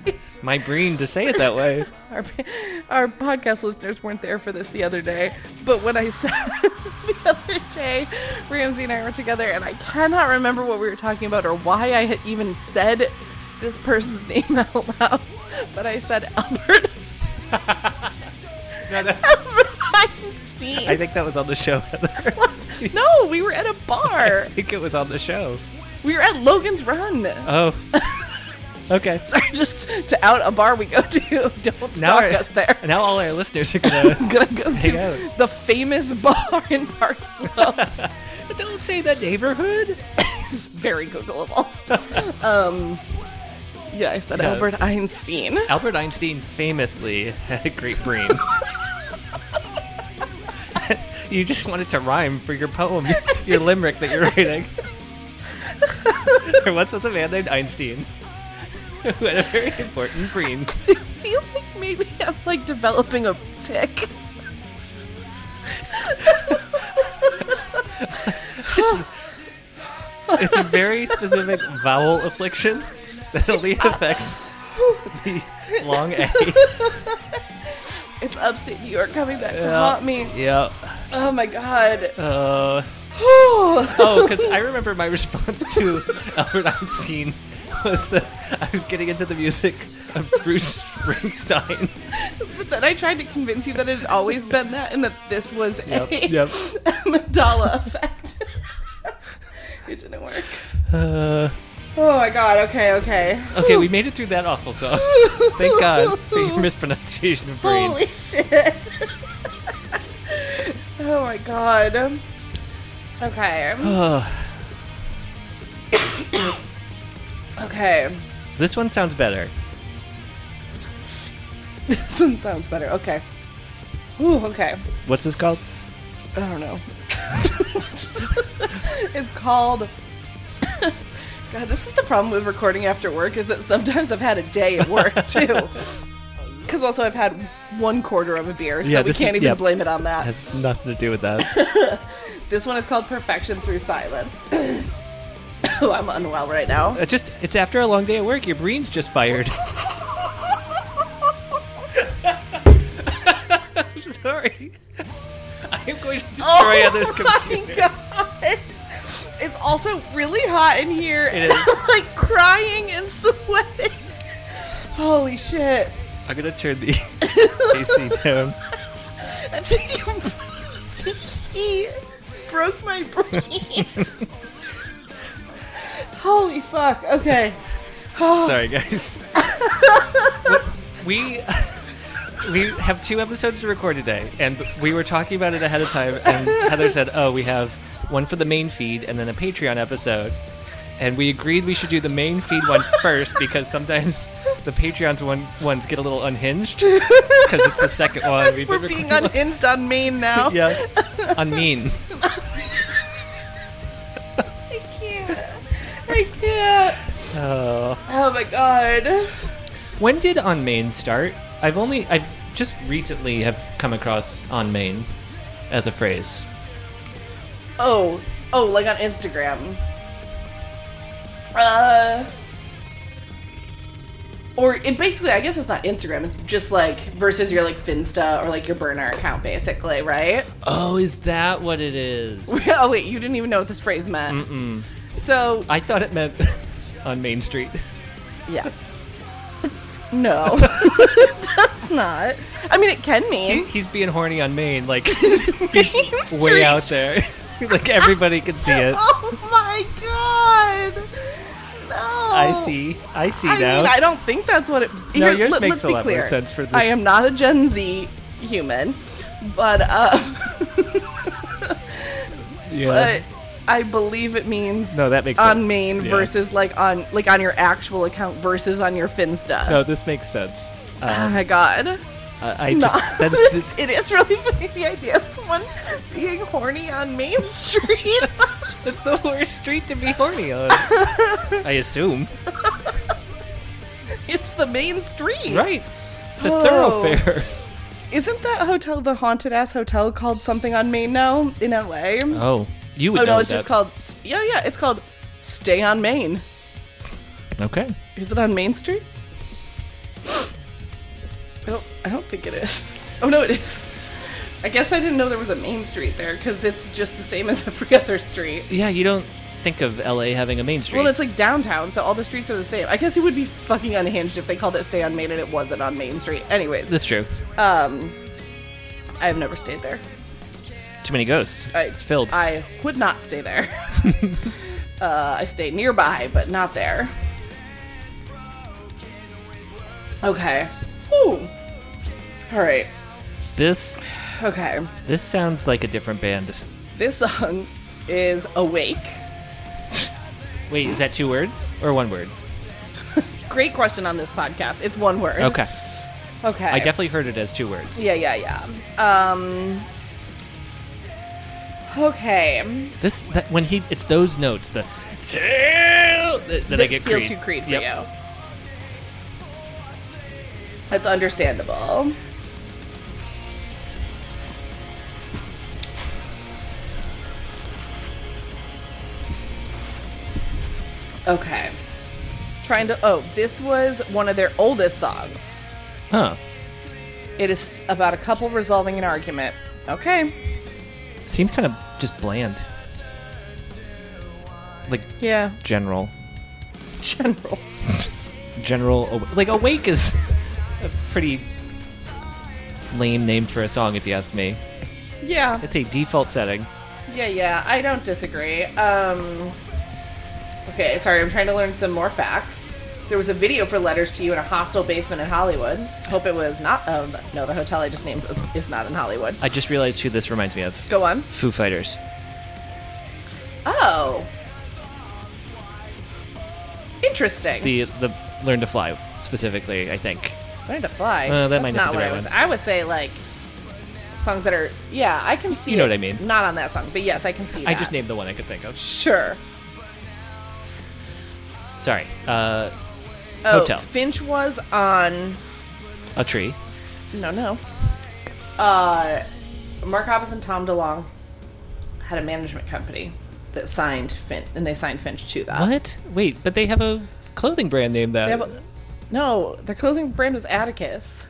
Speaker 1: my brain to say it that way.
Speaker 2: Our, our podcast listeners weren't there for this the other day, but when I said the other day, Ramsey and I were together, and I cannot remember what we were talking about or why I had even said this person's name out loud, but I said Albert
Speaker 1: No, that-
Speaker 2: Albert Einstein.
Speaker 1: I think that was on the show. Heather.
Speaker 2: no, we were at a
Speaker 1: I
Speaker 2: bar.
Speaker 1: think it was on the show.
Speaker 2: We were at Logan's Run.
Speaker 1: Oh. Okay.
Speaker 2: Sorry, just to out a bar we go to. Don't
Speaker 1: Now,
Speaker 2: stalk
Speaker 1: our-
Speaker 2: us there.
Speaker 1: now all our listeners are gonna.
Speaker 2: I'm gonna go
Speaker 1: Hang
Speaker 2: to
Speaker 1: out.
Speaker 2: the famous bar in Park Slope.
Speaker 1: Don't say that neighborhood.
Speaker 2: it's very Googleable. um, yeah, I said
Speaker 1: Yeah.
Speaker 2: Albert Einstein.
Speaker 1: Albert Einstein famously had a great brain. you just wanted to rhyme for your poem, your limerick that you're writing. there once was a man named Einstein who had a very important brain.
Speaker 2: I feel like maybe I'm like developing a tick.
Speaker 1: It's a very specific vowel affliction that only affects the long A.
Speaker 2: It's upstate New York coming back to
Speaker 1: Yeah.
Speaker 2: haunt me.
Speaker 1: Yeah.
Speaker 2: Oh my god.
Speaker 1: Uh, oh, because I remember my response to Albert Einstein was that I was getting into the music of Bruce Springsteen.
Speaker 2: But then I tried to convince you that it had always been that and that this was
Speaker 1: Yep.
Speaker 2: a
Speaker 1: Yep.
Speaker 2: mandala effect. it didn't work.
Speaker 1: Uh,
Speaker 2: Oh my god, okay, okay.
Speaker 1: okay, we made it through that awful song. Thank God for your mispronunciation of brain.
Speaker 2: Holy shit. oh my god. Okay.
Speaker 1: Ugh,
Speaker 2: Okay.
Speaker 1: this one sounds better.
Speaker 2: This one sounds better. Okay. Ooh, okay.
Speaker 1: What's this called?
Speaker 2: I don't know. it's called. God, this is the problem with recording after work is that sometimes I've had a day at work too. Because also I've had one quarter of a beer, so
Speaker 1: Yeah,
Speaker 2: we
Speaker 1: this
Speaker 2: can't
Speaker 1: is-
Speaker 2: even
Speaker 1: yeah.
Speaker 2: blame it on that.
Speaker 1: Has nothing to do with that.
Speaker 2: This one is called Perfection Through Silence. Oh, I'm unwell right now.
Speaker 1: It's Uh, just it's after a long day at work. Your brain's just fired.
Speaker 2: Oh
Speaker 1: I'm sorry. I am going to destroy others.
Speaker 2: Oh my god! It's also really hot in here.
Speaker 1: It is.
Speaker 2: like crying and sweating. Holy shit!
Speaker 1: I'm gonna turn the AC down.
Speaker 2: I think you- he broke my brain. Holy fuck! Okay. Oh,
Speaker 1: Sorry, guys. we we have two episodes to record today, and we were talking about it ahead of time. And Heather said, "Oh, we have one for the main feed and then a Patreon episode." And we agreed we should do the main feed one first because sometimes the Patreon's one ones get a little unhinged because it's the second one. We've been
Speaker 2: We're being
Speaker 1: recording-
Speaker 2: unhinged on Maine now.
Speaker 1: yeah, unmean.
Speaker 2: I can't. I can't.
Speaker 1: Oh.
Speaker 2: Oh my god.
Speaker 1: When did On Main start? I've only I've just recently have come across On Main as a phrase.
Speaker 2: Oh, oh, like on Instagram. Uh, or it basically, I guess it's not Instagram. It's just like versus your like Finsta or like your burner account, basically, right?
Speaker 1: Oh, is that what it is?
Speaker 2: oh wait, you didn't even know what this phrase meant. So
Speaker 1: I thought it meant on Main Street.
Speaker 2: yeah, no, it does not. I mean, it can mean.
Speaker 1: He's being horny on Main, like he's
Speaker 2: Main
Speaker 1: way
Speaker 2: Street.
Speaker 1: out there. like everybody can see it.
Speaker 2: Oh my god! No,
Speaker 1: I see. Oh. I see
Speaker 2: I
Speaker 1: now.
Speaker 2: mean, I don't think that's what it.
Speaker 1: No, yours
Speaker 2: let-
Speaker 1: makes
Speaker 2: let's
Speaker 1: a
Speaker 2: be
Speaker 1: lot more
Speaker 2: clear.
Speaker 1: sense for this.
Speaker 2: I am not a Gen Z human, but uh,
Speaker 1: yeah.
Speaker 2: but I believe it means
Speaker 1: no, that makes sense.
Speaker 2: on main
Speaker 1: Yeah.
Speaker 2: versus like on like on your actual account versus on your Finsta.
Speaker 1: No, this makes sense.
Speaker 2: Oh
Speaker 1: Um,
Speaker 2: my god!
Speaker 1: I, I
Speaker 2: No,
Speaker 1: just that's
Speaker 2: it's- it is really funny the idea of someone being horny on Main Street.
Speaker 1: That's the worst street to be horny on. I assume.
Speaker 2: it's the main street,
Speaker 1: Right. It's a
Speaker 2: Oh.
Speaker 1: thoroughfare.
Speaker 2: Isn't that hotel the haunted ass hotel called something on Main now in LA?
Speaker 1: Oh, you would
Speaker 2: Oh
Speaker 1: know
Speaker 2: no, it's
Speaker 1: that.
Speaker 2: just called. Yeah, yeah, it's called Stay on Main.
Speaker 1: Okay.
Speaker 2: Is it on Main Street? I don't. I don't think it is. Oh no, it is. I guess I didn't know there was a Main Street there because it's just the same as every other street.
Speaker 1: Yeah, you don't think of LA having a main street.
Speaker 2: Well, it's like downtown, so all the streets are the same. I guess it would be fucking unhinged if they called it Stay on Main and it wasn't on Main Street. Anyways,
Speaker 1: that's true.
Speaker 2: um, I have never stayed there.
Speaker 1: Too many ghosts.
Speaker 2: I-
Speaker 1: it's filled.
Speaker 2: I would not stay there. uh, I stay nearby, but not there. Okay. Ooh. All right.
Speaker 1: this
Speaker 2: Okay.
Speaker 1: this sounds like a different band.
Speaker 2: This song is Awake.
Speaker 1: Wait, is that two words or one word?
Speaker 2: Great question on this podcast. It's one word.
Speaker 1: Okay.
Speaker 2: Okay.
Speaker 1: I definitely heard it as two words.
Speaker 2: Yeah, yeah, yeah. Um. Okay.
Speaker 1: This that, when he it's those notes the two that, that I
Speaker 2: That
Speaker 1: get
Speaker 2: feel
Speaker 1: Creed.
Speaker 2: too Creed for
Speaker 1: Yep.
Speaker 2: you. That's understandable. Okay. Trying to. Oh, this was one of their oldest songs.
Speaker 1: Huh.
Speaker 2: It is about a couple resolving an argument. Okay.
Speaker 1: Seems kind of just bland. Like
Speaker 2: Yeah.
Speaker 1: general.
Speaker 2: General.
Speaker 1: General aw- like awake is a pretty lame name for a song if you ask me.
Speaker 2: Yeah.
Speaker 1: It's a default setting.
Speaker 2: Yeah, yeah, I don't disagree. Um, okay, sorry, I'm trying to learn some more facts. There was a video for Letters to You in a hostel basement in Hollywood. Hope it was not. Oh, no, the hotel I just named is, is not in Hollywood.
Speaker 1: I just realized who this reminds me of.
Speaker 2: Go on.
Speaker 1: Foo Fighters.
Speaker 2: Oh. Interesting.
Speaker 1: The the Learn to Fly specifically, I think.
Speaker 2: Learn to fly.
Speaker 1: Uh, that
Speaker 2: That's
Speaker 1: might not
Speaker 2: not
Speaker 1: be the
Speaker 2: what
Speaker 1: right
Speaker 2: I was.
Speaker 1: one.
Speaker 2: I would say, like, songs that are. Yeah, I can see
Speaker 1: You know
Speaker 2: it.
Speaker 1: what I mean.
Speaker 2: Not on that song, but yes, I can see
Speaker 1: I
Speaker 2: that.
Speaker 1: just named the one I could think of.
Speaker 2: Sure.
Speaker 1: Sorry. Uh,
Speaker 2: Oh,
Speaker 1: Hotel.
Speaker 2: Finch was on.
Speaker 1: a tree.
Speaker 2: No, no. Uh, Mark Hoppus and Tom DeLong had a management company. that signed Finch, and they signed Finch to that.
Speaker 1: What? Wait, but they have a clothing brand name though.
Speaker 2: They have a- no, their clothing brand was Atticus.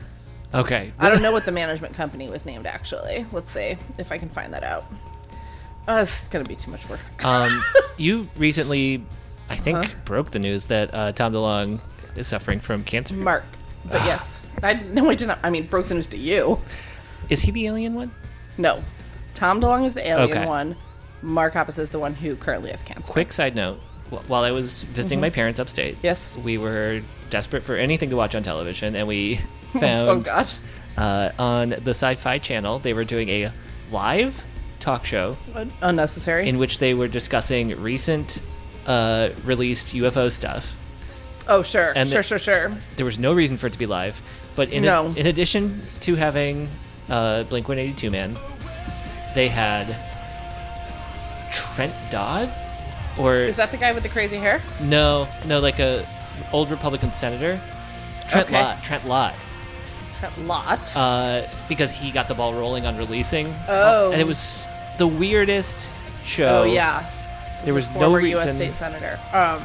Speaker 1: okay.
Speaker 2: I don't know what the management company was named actually. Let's see if I can find that out. Uh, this is gonna be too much work.
Speaker 1: Um, you recently, I think,
Speaker 2: Uh-huh.
Speaker 1: broke the news that uh, Tom DeLonge is suffering from cancer.
Speaker 2: Mark, but
Speaker 1: uh.
Speaker 2: yes, I no, I didn't. I mean, broke the news to you.
Speaker 1: Is he the alien one?
Speaker 2: No, Tom DeLonge is the alien
Speaker 1: Okay.
Speaker 2: one. Mark Hoppus is the one who currently has cancer.
Speaker 1: Quick side note: wh- while I was visiting my parents upstate,
Speaker 2: Mm-hmm. Yes.
Speaker 1: we were desperate for anything to watch on television, and we
Speaker 2: Oh
Speaker 1: found
Speaker 2: God.
Speaker 1: uh, on the Sci-Fi Channel they were doing a live talk show
Speaker 2: Un- Unnecessary.
Speaker 1: in which they were discussing recent uh, released UFO stuff.
Speaker 2: oh sure,
Speaker 1: and
Speaker 2: sure,
Speaker 1: the-
Speaker 2: sure, sure.
Speaker 1: There was no reason for it to be live, but in,
Speaker 2: No.
Speaker 1: in addition to having uh, Blink 182 Man, they had Trent Dodd, or
Speaker 2: Is that the guy with the crazy hair?
Speaker 1: no, no, like a old Republican senator, Trent
Speaker 2: Okay.
Speaker 1: Lott, Trent Lott,
Speaker 2: Trent Lott.
Speaker 1: uh, because he got the ball rolling on releasing.
Speaker 2: Oh.
Speaker 1: and it was the weirdest show.
Speaker 2: oh yeah.
Speaker 1: there was
Speaker 2: He's a
Speaker 1: no
Speaker 2: former
Speaker 1: reason.
Speaker 2: U.S. state senator. Um,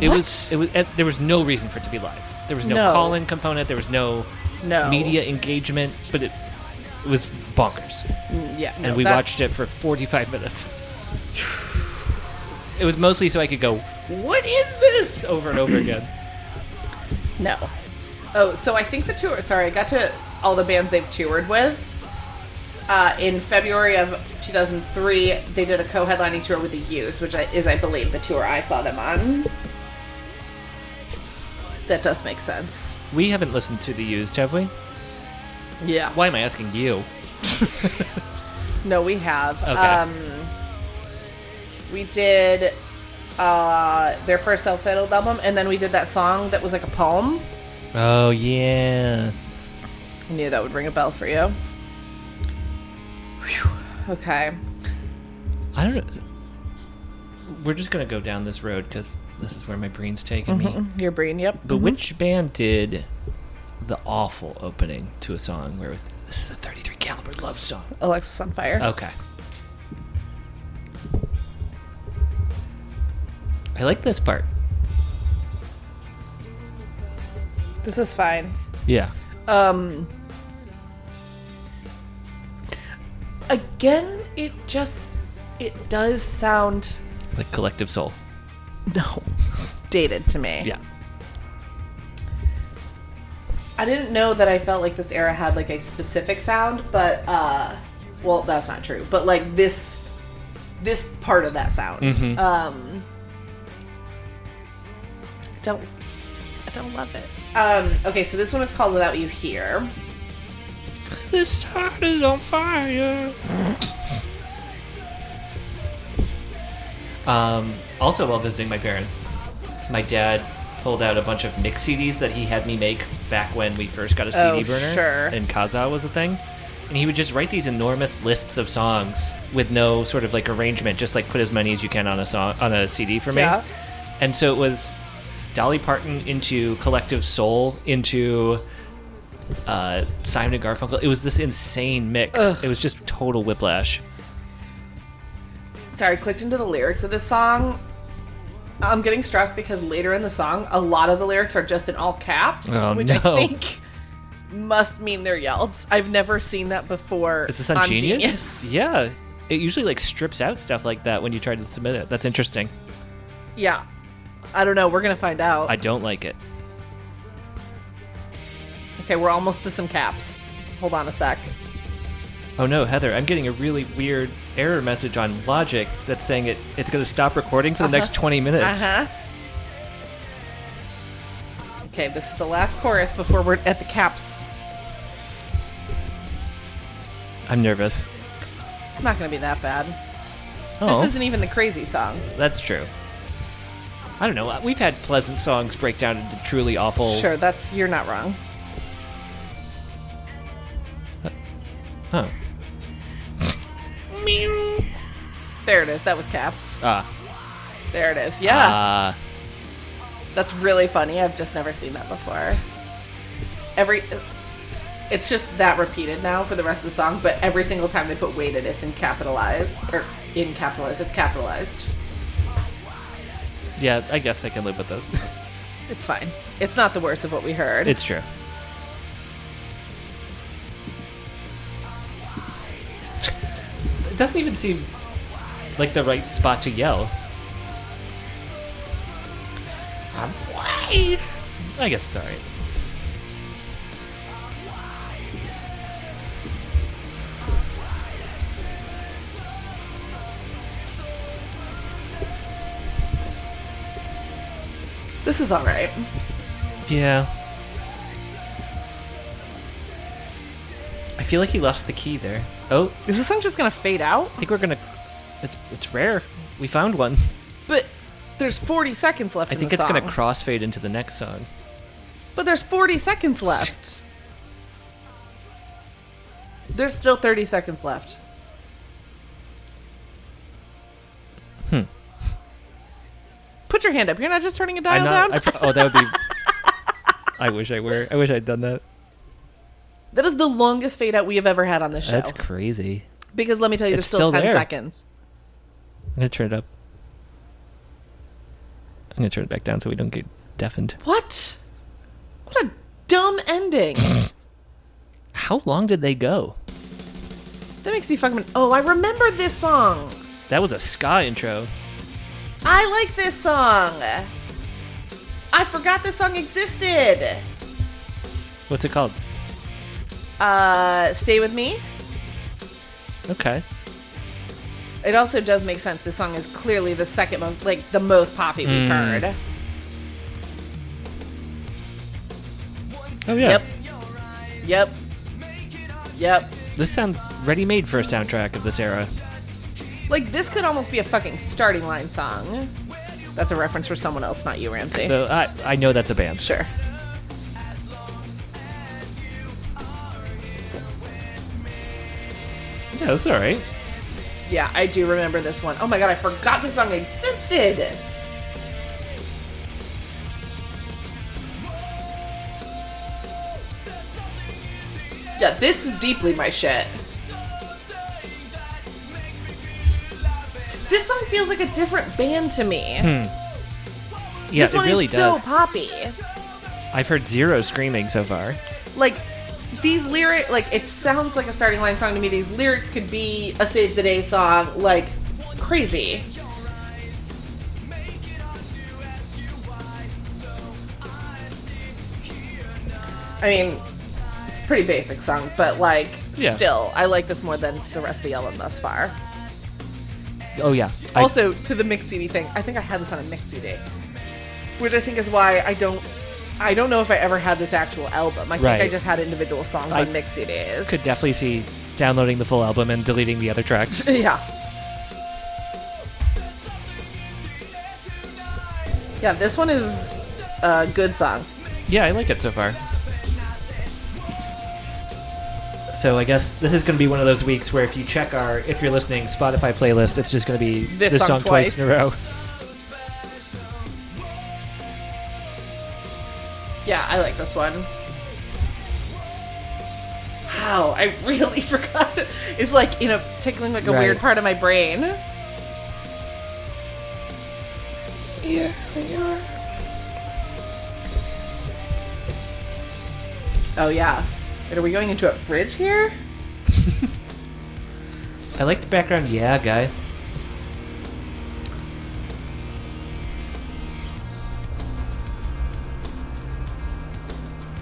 Speaker 1: It
Speaker 2: What?
Speaker 1: was it was and there was no reason for it to be live. There was no,
Speaker 2: No.
Speaker 1: call-in component. There was no,
Speaker 2: No.
Speaker 1: media engagement. But it, it was bonkers,
Speaker 2: yeah.
Speaker 1: and
Speaker 2: no,
Speaker 1: we watched it
Speaker 2: that's-
Speaker 1: for 45 minutes. It was mostly so I could go, "What is this?" over and over again.
Speaker 2: No. Oh, so I think the tour. Sorry, I got to all the bands they've toured with. Uh, in February of 2003, they did a co-headlining tour with the Used, which I, is, I believe, the tour I saw them on. That does make sense.
Speaker 1: We haven't listened to the used, have we?
Speaker 2: Yeah.
Speaker 1: Why am I asking you?
Speaker 2: No, we have.
Speaker 1: Okay.
Speaker 2: Um, we did uh, their first self-titled album, and then we did that song that was like a poem.
Speaker 1: Oh yeah.
Speaker 2: I knew that would ring a bell for you. Whew. Okay.
Speaker 1: I don't. know. We're just gonna go down this road because this is where my brain's taking me.
Speaker 2: Your brain, yep.
Speaker 1: But which band did the awful opening to a song where it was this is a 33 caliber love song?
Speaker 2: Alexis on fire.
Speaker 1: Okay. I like this part.
Speaker 2: This is fine.
Speaker 1: Yeah.
Speaker 2: Um Again, it just it does sound
Speaker 1: Like Collective Soul.
Speaker 2: no dated to me.
Speaker 1: Yeah.
Speaker 2: I didn't know that I felt like this era had like a specific sound, but uh well, that's not true. But like this this part of that sound.
Speaker 1: Mm-hmm.
Speaker 2: Um don't I don't love it. Um okay, so this one is called Without You Here.
Speaker 1: This heart is on fire. um, also, while visiting my parents, my dad pulled out a bunch of mix CDs that he had me make back when we first got a CD
Speaker 2: Oh,
Speaker 1: burner
Speaker 2: sure.
Speaker 1: and Kazaa was a thing. And he would just write these enormous lists of songs with no sort of like arrangement, just like put as many as you can on a song on a CD for me.
Speaker 2: Yeah.
Speaker 1: And so it was Dolly Parton into Collective Soul into uh, Simon and Garfunkel. It was this insane mix.
Speaker 2: Ugh.
Speaker 1: It was just total whiplash.
Speaker 2: sorry, I clicked into the lyrics of this song. I'm getting stressed because later in the song, a lot of the lyrics are just in all caps,
Speaker 1: Oh,
Speaker 2: which I
Speaker 1: no.
Speaker 2: think must mean they're yelds. I've never seen that before.
Speaker 1: Is this on, Genius? Yeah. It usually like strips out stuff like that when you try to submit it. That's interesting.
Speaker 2: Yeah. I don't know. We're going to find out.
Speaker 1: I don't like it.
Speaker 2: Okay, we're almost to some caps. Hold on a sec.
Speaker 1: Oh no, Heather, I'm getting a really weird error message on Logic that's saying it it's going to stop recording for the next 20 minutes.
Speaker 2: Uh huh. Okay, this is the last chorus before we're at the caps.
Speaker 1: I'm nervous.
Speaker 2: It's not going to be that bad.
Speaker 1: Oh,
Speaker 2: This isn't even the crazy song.
Speaker 1: that's true. I don't know. uh, We've had pleasant songs break down into truly awful.
Speaker 2: Sure, that's you're not wrong.
Speaker 1: Huh.
Speaker 2: There it is. That was caps.
Speaker 1: Ah.
Speaker 2: There it is. Yeah.
Speaker 1: Ah. Uh.
Speaker 2: That's really funny. I've just never seen that before. Every it's just that repeated now for the rest of the song, but every single time they put weighted, it's in capitalized or in capitalized. It's capitalized.
Speaker 1: Yeah, I guess I can live with this.
Speaker 2: It's fine. It's not the worst of what we heard.
Speaker 1: it's true. It doesn't even seem like the right spot to yell. I'm white. I guess it's alright.
Speaker 2: this is all right.
Speaker 1: Yeah. I feel like he lost the key there. Oh,
Speaker 2: Is this song just gonna fade out?
Speaker 1: I think we're gonna. It's it's rare. We found one.
Speaker 2: But there's 40 seconds left.
Speaker 1: I
Speaker 2: in
Speaker 1: think
Speaker 2: the
Speaker 1: it's gonna
Speaker 2: song.
Speaker 1: crossfade into the next song.
Speaker 2: But there's 40 seconds left. There's still 30 seconds left.
Speaker 1: Hmm.
Speaker 2: Put your hand up. You're not just turning a dial
Speaker 1: I'm not.
Speaker 2: down.
Speaker 1: I pro- oh, that would be. I wish I were. I wish I'd done that.
Speaker 2: that is the longest fade out we have ever had on this show.
Speaker 1: That's crazy.
Speaker 2: because let me tell you, there's
Speaker 1: It's
Speaker 2: still,
Speaker 1: still
Speaker 2: 10
Speaker 1: there.
Speaker 2: seconds.
Speaker 1: I'm gonna turn it up. I'm gonna turn it back down so we don't get deafened.
Speaker 2: What? What a dumb ending. that
Speaker 1: How long did they go?
Speaker 2: makes me fucking. Oh, I remember this song.
Speaker 1: That was a ska intro.
Speaker 2: I like this song. I forgot this song existed.
Speaker 1: What's it called?
Speaker 2: Uh, stay with me.
Speaker 1: Okay.
Speaker 2: It also does make sense. This song is clearly the second most, like the most poppy we've heard.
Speaker 1: Oh yeah.
Speaker 2: Yep. Yep. Yep.
Speaker 1: This sounds ready-made for a soundtrack of this era.
Speaker 2: Like this could almost be a fucking starting line song. That's a reference for someone else, not you, Ramsey.
Speaker 1: Though I I know that's a band.
Speaker 2: sure.
Speaker 1: Yeah, that's all right.
Speaker 2: Yeah, I do remember this one. Oh my god, I forgot this song existed. Yeah, this is deeply my shit. This song feels like a different band to me.
Speaker 1: Hmm, Yeah,
Speaker 2: this
Speaker 1: it
Speaker 2: one
Speaker 1: really
Speaker 2: is
Speaker 1: does.
Speaker 2: so poppy.
Speaker 1: I've heard zero screaming so far.
Speaker 2: Like these lyric, like it sounds like a starting line song to me. These lyrics could be a saves the day song, like crazy. I mean, it's a pretty basic song, but like
Speaker 1: Yeah.
Speaker 2: still, I like this more than the rest of the album thus far.
Speaker 1: Oh yeah. I-
Speaker 2: Also, to the mix CD thing, I think I had this on a mix CD, which I think is why I don't. I don't know if I ever had this actual album. I think I
Speaker 1: Right.
Speaker 2: just had individual songs
Speaker 1: I
Speaker 2: on mix CDs.
Speaker 1: could definitely see downloading the full album and deleting the other tracks.
Speaker 2: yeah. Yeah, this one is a good song.
Speaker 1: yeah, I like it so far. So I guess this is going to be one of those weeks where if you check our if you're listening Spotify playlist, it's just going to be
Speaker 2: This
Speaker 1: this,
Speaker 2: song
Speaker 1: song, twice. in a row.
Speaker 2: Yeah, I like this one. Wow, I really forgot. It's like you know tickling like a
Speaker 1: Right.
Speaker 2: weird part of my brain. Yeah, Oh yeah. Wait, are we going into a bridge here?
Speaker 1: I like the background. Yeah, guy.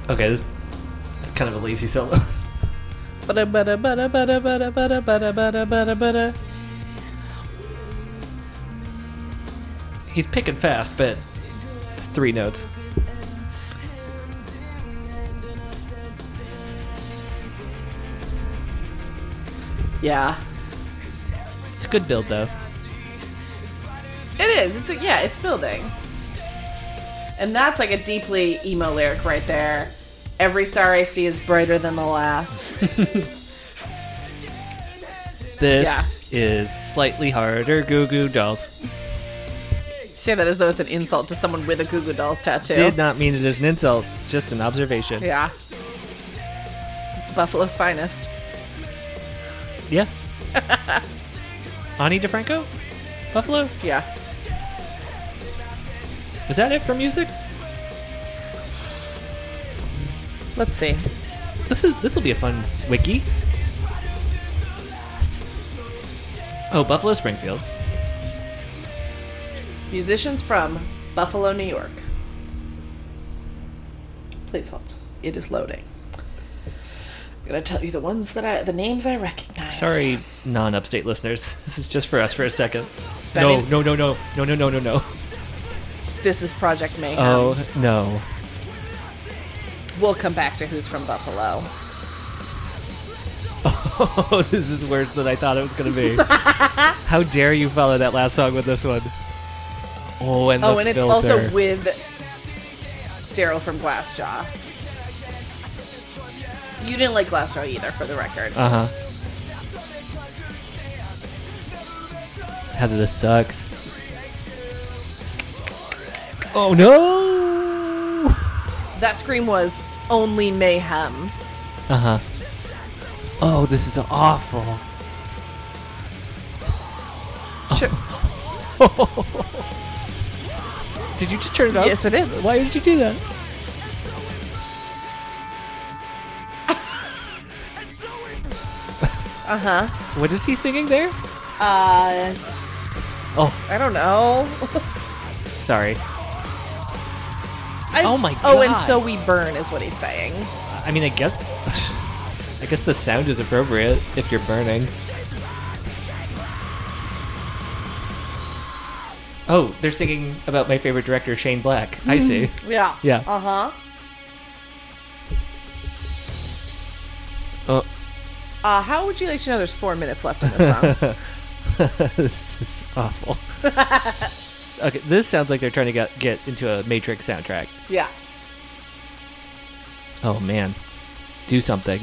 Speaker 1: Okay, this, this is kind of a lazy solo.
Speaker 2: Bada bada bada bada bada bada bada bada bada bada.
Speaker 1: He's picking fast, but it's three notes.
Speaker 2: Yeah.
Speaker 1: It's a good build though.
Speaker 2: It is. It's a, yeah, it's building. And that's like a deeply emo lyric right there. Every star I see is brighter than the last.
Speaker 1: This is slightly harder Goo Goo Dolls.
Speaker 2: Say that as though it's an insult to someone with a Goo Goo Dolls tattoo.
Speaker 1: Did not mean it as an insult, just an observation. Yeah.
Speaker 2: Yeah. Buffalo's finest.
Speaker 1: Ani DeFranco? Buffalo?
Speaker 2: Yeah.
Speaker 1: Is that it for music?
Speaker 2: Let's see.
Speaker 1: This is this will be a fun wiki. Oh, Buffalo Springfield.
Speaker 2: Musicians from Buffalo, New York. Please halt. It is loading. I'm gonna tell you the ones that I, the names I recognize.
Speaker 1: Sorry, non-upstate listeners. This is just for us for a second. No,
Speaker 2: Benny-
Speaker 1: no, no, no, no, no, no, no, no.
Speaker 2: This is Project Mayhem.
Speaker 1: Oh no.
Speaker 2: We'll come back to who's from Buffalo.
Speaker 1: Oh, this is worse than I thought it was going to be. How dare you follow that last song with this one? Oh, and
Speaker 2: Oh,
Speaker 1: the
Speaker 2: and it's
Speaker 1: filter.
Speaker 2: also with Daryl from Glassjaw. You didn't like Glassjaw either, for the record.
Speaker 1: Uh huh. Heather, this sucks. Oh no!
Speaker 2: that scream was only mayhem.
Speaker 1: Uh huh. Oh, this is awful.
Speaker 2: Sure.
Speaker 1: Did you just turn it off?
Speaker 2: Yes, I did.
Speaker 1: Why did you do that?
Speaker 2: Uh huh.
Speaker 1: What is he singing there?
Speaker 2: Uh,
Speaker 1: Oh,
Speaker 2: I don't know.
Speaker 1: sorry.
Speaker 2: I-
Speaker 1: Oh my
Speaker 2: Oh, and
Speaker 1: God.
Speaker 2: so we burn is what he's saying.
Speaker 1: I mean, I guess. I guess the sound is appropriate if you're burning. Oh, they're singing about my favorite director, Shane Black. I see.
Speaker 2: Yeah.
Speaker 1: Yeah.
Speaker 2: Uh huh.
Speaker 1: Oh,
Speaker 2: Uh, how would you like to know there's four minutes left in this song?
Speaker 1: this is awful. okay, this sounds like they're trying to get, get into a Matrix soundtrack.
Speaker 2: yeah.
Speaker 1: Oh, man. Do something.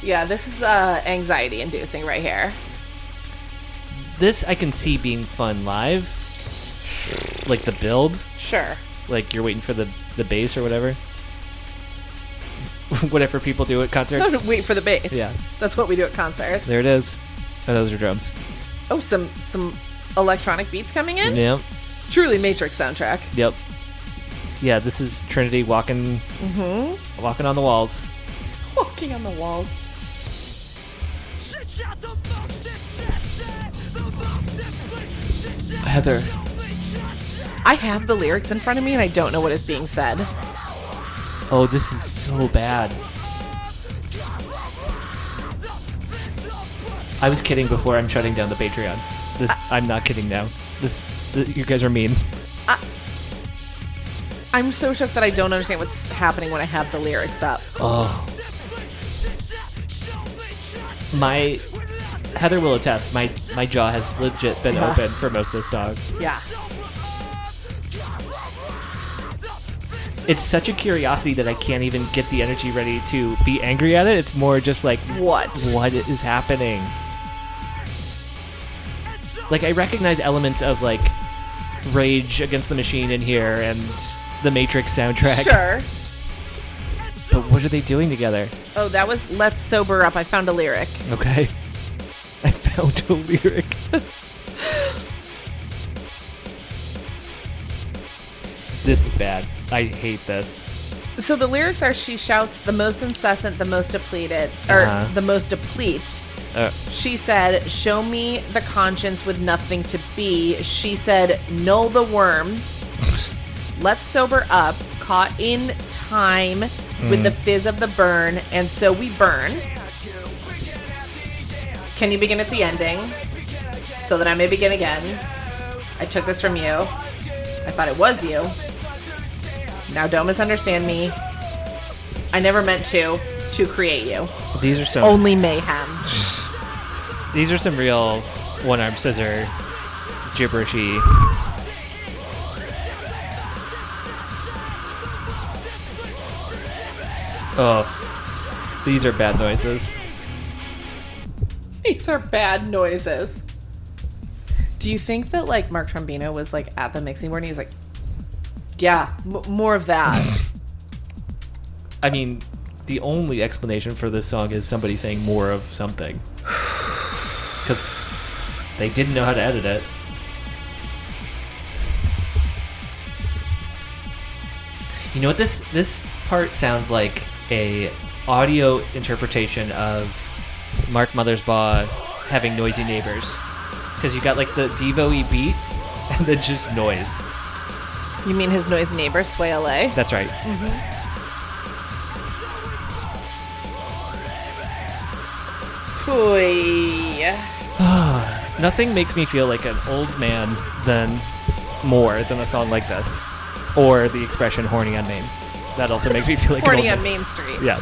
Speaker 2: Yeah, this is uh, anxiety inducing right here.
Speaker 1: This I can see being fun live. Like the build.
Speaker 2: Sure.
Speaker 1: like you're waiting for the the bass or whatever. whatever people do at
Speaker 2: No,
Speaker 1: concerts.
Speaker 2: no, wait for the bass.
Speaker 1: Yeah.
Speaker 2: That's what we do at concerts.
Speaker 1: There it is. Oh, those are drums.
Speaker 2: Oh, some some electronic beats coming in.
Speaker 1: Yep.
Speaker 2: Truly Matrix soundtrack.
Speaker 1: Yep. Yeah, this is Trinity walking walking on the walls.
Speaker 2: Walking on the walls.
Speaker 1: Heather.
Speaker 2: I have the lyrics in front of me and I don't know what is being said.
Speaker 1: Oh, this is so bad. I was kidding before I'm shutting down the Patreon. This I'm not kidding now. This, th you guys are mean.
Speaker 2: I'm so shook that I don't understand what's happening when I have the lyrics up.
Speaker 1: Oh. My Heather will attest. My my jaw has legit been
Speaker 2: Yeah.
Speaker 1: open for most of this song.
Speaker 2: Yeah.
Speaker 1: It's such a curiosity that I can't even get the energy ready to be angry at it. It's more just like,
Speaker 2: What?
Speaker 1: what is happening? Like I recognize elements of like Rage Against the Machine in here and the Matrix soundtrack.
Speaker 2: Sure.
Speaker 1: But what are they doing together?
Speaker 2: Oh, that was Let's Sober Up. I found a lyric.
Speaker 1: Okay. I found a lyric. this is bad. I hate this.
Speaker 2: So the lyrics are she shouts the most incessant, the most depleted, or
Speaker 1: Uh-huh.
Speaker 2: the most deplete.
Speaker 1: Uh,
Speaker 2: She said, Show me the conscience with nothing to be. She said, Know the worm. Let's sober up. Caught in time with the fizz of the burn. And so we burn. Can you begin at the ending? So that I may begin again. I took this from you. I thought it was you. Now don't misunderstand me. I never meant to to create you.
Speaker 1: these are some.
Speaker 2: Only mayhem.
Speaker 1: These are some real one arm scissor gibberishy. Oh, these are bad noises.
Speaker 2: These are bad noises. Do you think that like Mark Trombino was like at the mixing board and he was like, yeah, m- more of that?
Speaker 1: I mean, the only explanation for this song is somebody saying more of something. Because They didn't know how to edit it. You know what this this part sounds like a audio interpretation of Mark Mothersbaugh having noisy neighbors because you got like the Devo beat and then just noise.
Speaker 2: You mean his noisy neighbor, Sway LA?
Speaker 1: That's right.
Speaker 2: Pooey.
Speaker 1: Nothing makes me feel like an old man than more than a song like this, or the expression "horny on Main." That also makes me feel like
Speaker 2: Horny
Speaker 1: an
Speaker 2: on
Speaker 1: old
Speaker 2: Main Street.
Speaker 1: Yeah.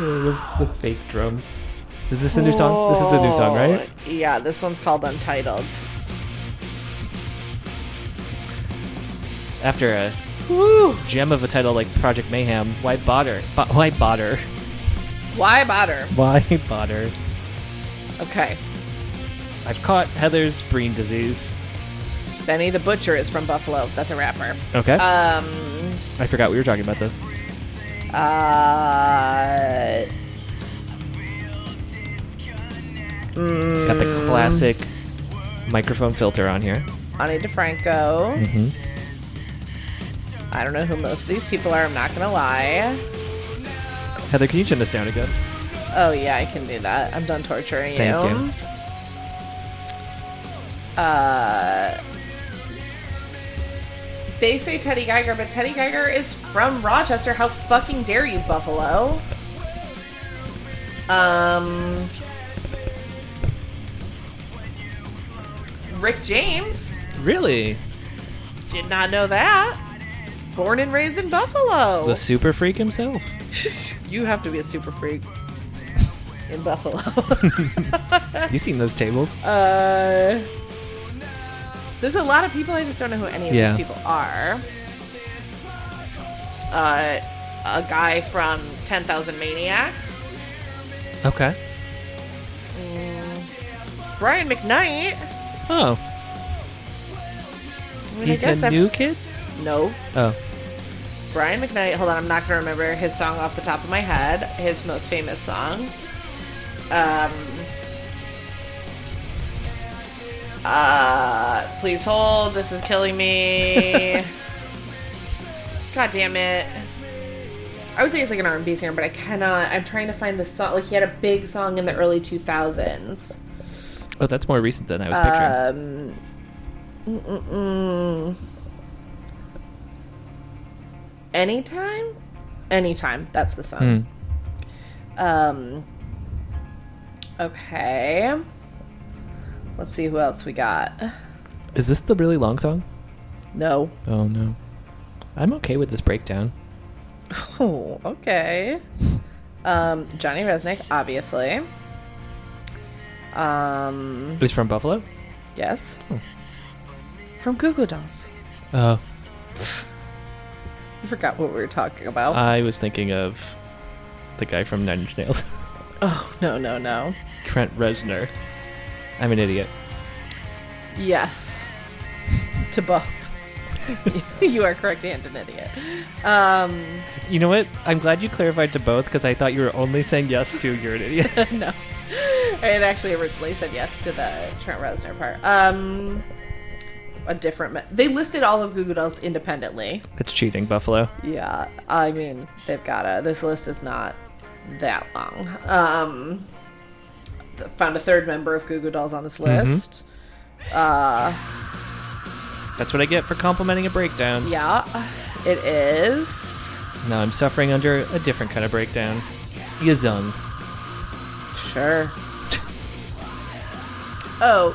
Speaker 1: Oh, the, the fake drums. Is this a new song? This is a new song, right?
Speaker 2: Oh, Yeah, this one's called Untitled.
Speaker 1: After a
Speaker 2: Woo!
Speaker 1: gem of a title like Project Mayhem, why bother? Bo- why bother?
Speaker 2: Why bother?
Speaker 1: Why bother?
Speaker 2: Okay.
Speaker 1: I've caught Heather's brain disease.
Speaker 2: Benny the Butcher is from Buffalo. That's a rapper.
Speaker 1: Okay.
Speaker 2: Um,
Speaker 1: I forgot we were talking about this.
Speaker 2: uh,
Speaker 1: Got
Speaker 2: Mm.
Speaker 1: the classic microphone filter on here.
Speaker 2: Ani DeFranco.
Speaker 1: Mm-hmm.
Speaker 2: I don't know who most of these people are. I'm not gonna lie.
Speaker 1: Heather, can you turn this down again?
Speaker 2: Oh yeah, I can do that. I'm done torturing you.
Speaker 1: Thank you.
Speaker 2: Uh, they say Teddy Geiger, but Teddy Geiger is from Rochester. How fucking dare you, Buffalo? Um, Rick James
Speaker 1: Really?
Speaker 2: did not know that. Born and raised in Buffalo.
Speaker 1: The super freak himself.
Speaker 2: you have to be a super freak in Buffalo.
Speaker 1: You seen those tables?
Speaker 2: uh, there's a lot of people. I just don't know who any of
Speaker 1: Yeah.
Speaker 2: these people are. Uh, a guy from Ten Thousand Maniacs,
Speaker 1: Okay.
Speaker 2: Brian McKnight.
Speaker 1: Oh,
Speaker 2: I mean, I
Speaker 1: he's
Speaker 2: guess
Speaker 1: a
Speaker 2: I'm-
Speaker 1: new kid.
Speaker 2: no
Speaker 1: Oh,
Speaker 2: Brian McKnight. Hold on, I'm not gonna remember his song off the top of my head. His most famous song. Um. Uh, please hold. This is killing me. God damn it. I would say he's like an R&B singer, but I cannot. I'm trying to find the song. Like he had a big song in the early 2000s.
Speaker 1: oh, that's more recent than I was picturing.
Speaker 2: Um, mm-mm-mm. anytime, anytime. That's the song. Um, okay. Let's see who else we got.
Speaker 1: Hmm. Is this the really long song?
Speaker 2: No.
Speaker 1: Oh no. I'm okay with this breakdown.
Speaker 2: Oh, okay. Um, Johnny Resnick, obviously. Um,
Speaker 1: He's from Buffalo.
Speaker 2: yes.
Speaker 1: Hmm.
Speaker 2: From Goo Goo Dolls.
Speaker 1: Oh,
Speaker 2: I forgot what we were talking about.
Speaker 1: I was thinking of the guy from Nine Inch Nails,
Speaker 2: Oh, no, no, no.
Speaker 1: Trent Reznor. I'm an idiot.
Speaker 2: Yes. to both. you are correct and an idiot. Um,
Speaker 1: You know what? I'm glad you clarified to both because I thought you were only saying yes to you're an idiot.
Speaker 2: no. I had actually originally said yes to the Trent Reznor part. Um, a different. Me- they listed all of Goo Goo Dolls independently.
Speaker 1: That's cheating, Buffalo.
Speaker 2: Yeah. I mean, they've got to. This list is not that long. Um, th- found a third member of Goo Goo Dolls on this list.
Speaker 1: That's what I get for complimenting a breakdown.
Speaker 2: Yeah. It is.
Speaker 1: Now I'm suffering under a different kind of breakdown. Yazung.
Speaker 2: Sure. oh,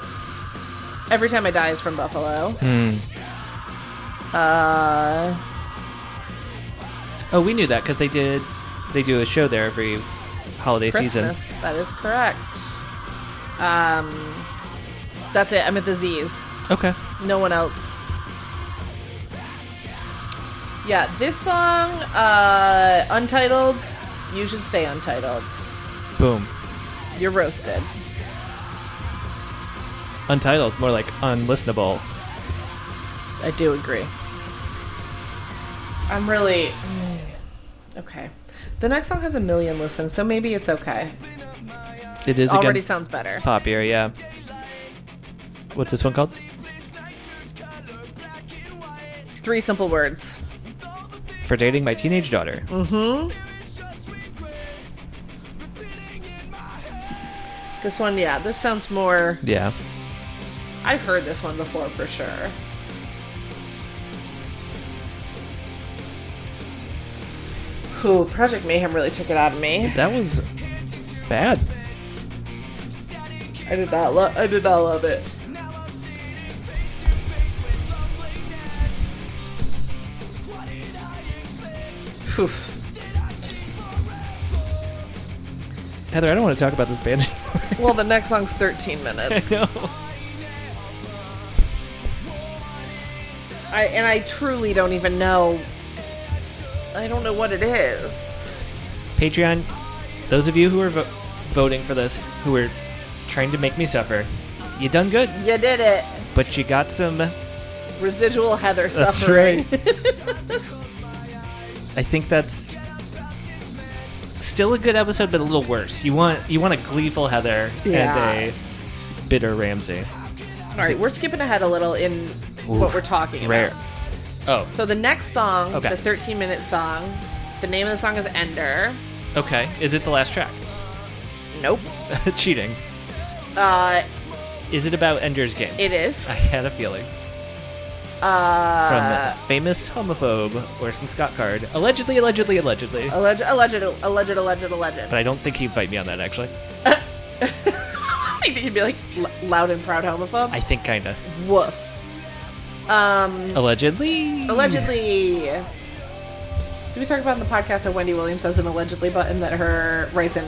Speaker 2: every time I die is from Buffalo. Uh,
Speaker 1: Oh, we knew that because they did. They do a show there every holiday
Speaker 2: Christmas.
Speaker 1: season.
Speaker 2: That is correct. Um, that's it. I'm at the Z's.
Speaker 1: Okay.
Speaker 2: No one else. Yeah, this song, uh, Untitled, you should stay untitled.
Speaker 1: Boom.
Speaker 2: You're roasted.
Speaker 1: Untitled, more like unlistenable.
Speaker 2: I do agree. I'm really. Okay. The next song has a million listens, so maybe it's okay.
Speaker 1: It is
Speaker 2: Already
Speaker 1: again
Speaker 2: sounds better.
Speaker 1: poppier, yeah. What's this one called?
Speaker 2: Three simple words.
Speaker 1: For dating my teenage daughter.
Speaker 2: Mm. This one, yeah, this sounds more.
Speaker 1: Yeah.
Speaker 2: I've heard this one before for sure. Ooh, Project Mayhem really took it out of me.
Speaker 1: That was bad.
Speaker 2: I did not love. I did not love it. Oof.
Speaker 1: Heather, I don't want to talk about this band anymore.
Speaker 2: Well, the next song's 13 minutes.
Speaker 1: no.
Speaker 2: I and I truly don't even know. I don't know what it is.
Speaker 1: Patreon, those of you who are vo- voting for this, who are trying to make me suffer, you done good,
Speaker 2: You did it.
Speaker 1: but you got some. uh,
Speaker 2: Residual Heather
Speaker 1: That's
Speaker 2: suffering.
Speaker 1: right. I think that's still a good episode, but a little worse. You want you want a gleeful Heather
Speaker 2: Yeah.
Speaker 1: and a bitter Ramsey.
Speaker 2: All right, we're skipping ahead a little in what
Speaker 1: Oof,
Speaker 2: we're talking
Speaker 1: Rare.
Speaker 2: about.
Speaker 1: Oh,
Speaker 2: So the next song,
Speaker 1: Okay.
Speaker 2: the 13 minute song, the name of the song is Ender.
Speaker 1: okay. Is it the last track?
Speaker 2: Nope.
Speaker 1: Cheating.
Speaker 2: Uh,
Speaker 1: Is it about Ender's Game?
Speaker 2: it is.
Speaker 1: I had a feeling. From
Speaker 2: Uh,
Speaker 1: the famous homophobe Orson Scott Card. Allegedly, allegedly, allegedly.
Speaker 2: alleged, alleged, alleged, alleged, alleged.
Speaker 1: But I don't think he'd fight me on that, actually.
Speaker 2: I think you'd be like l- loud and proud homophobe.
Speaker 1: I think kinda.
Speaker 2: Mm-hmm. Woof. Um,
Speaker 1: Allegedly.
Speaker 2: Allegedly. Did we talk about in the podcast how Wendy Williams has an allegedly button that her writes in?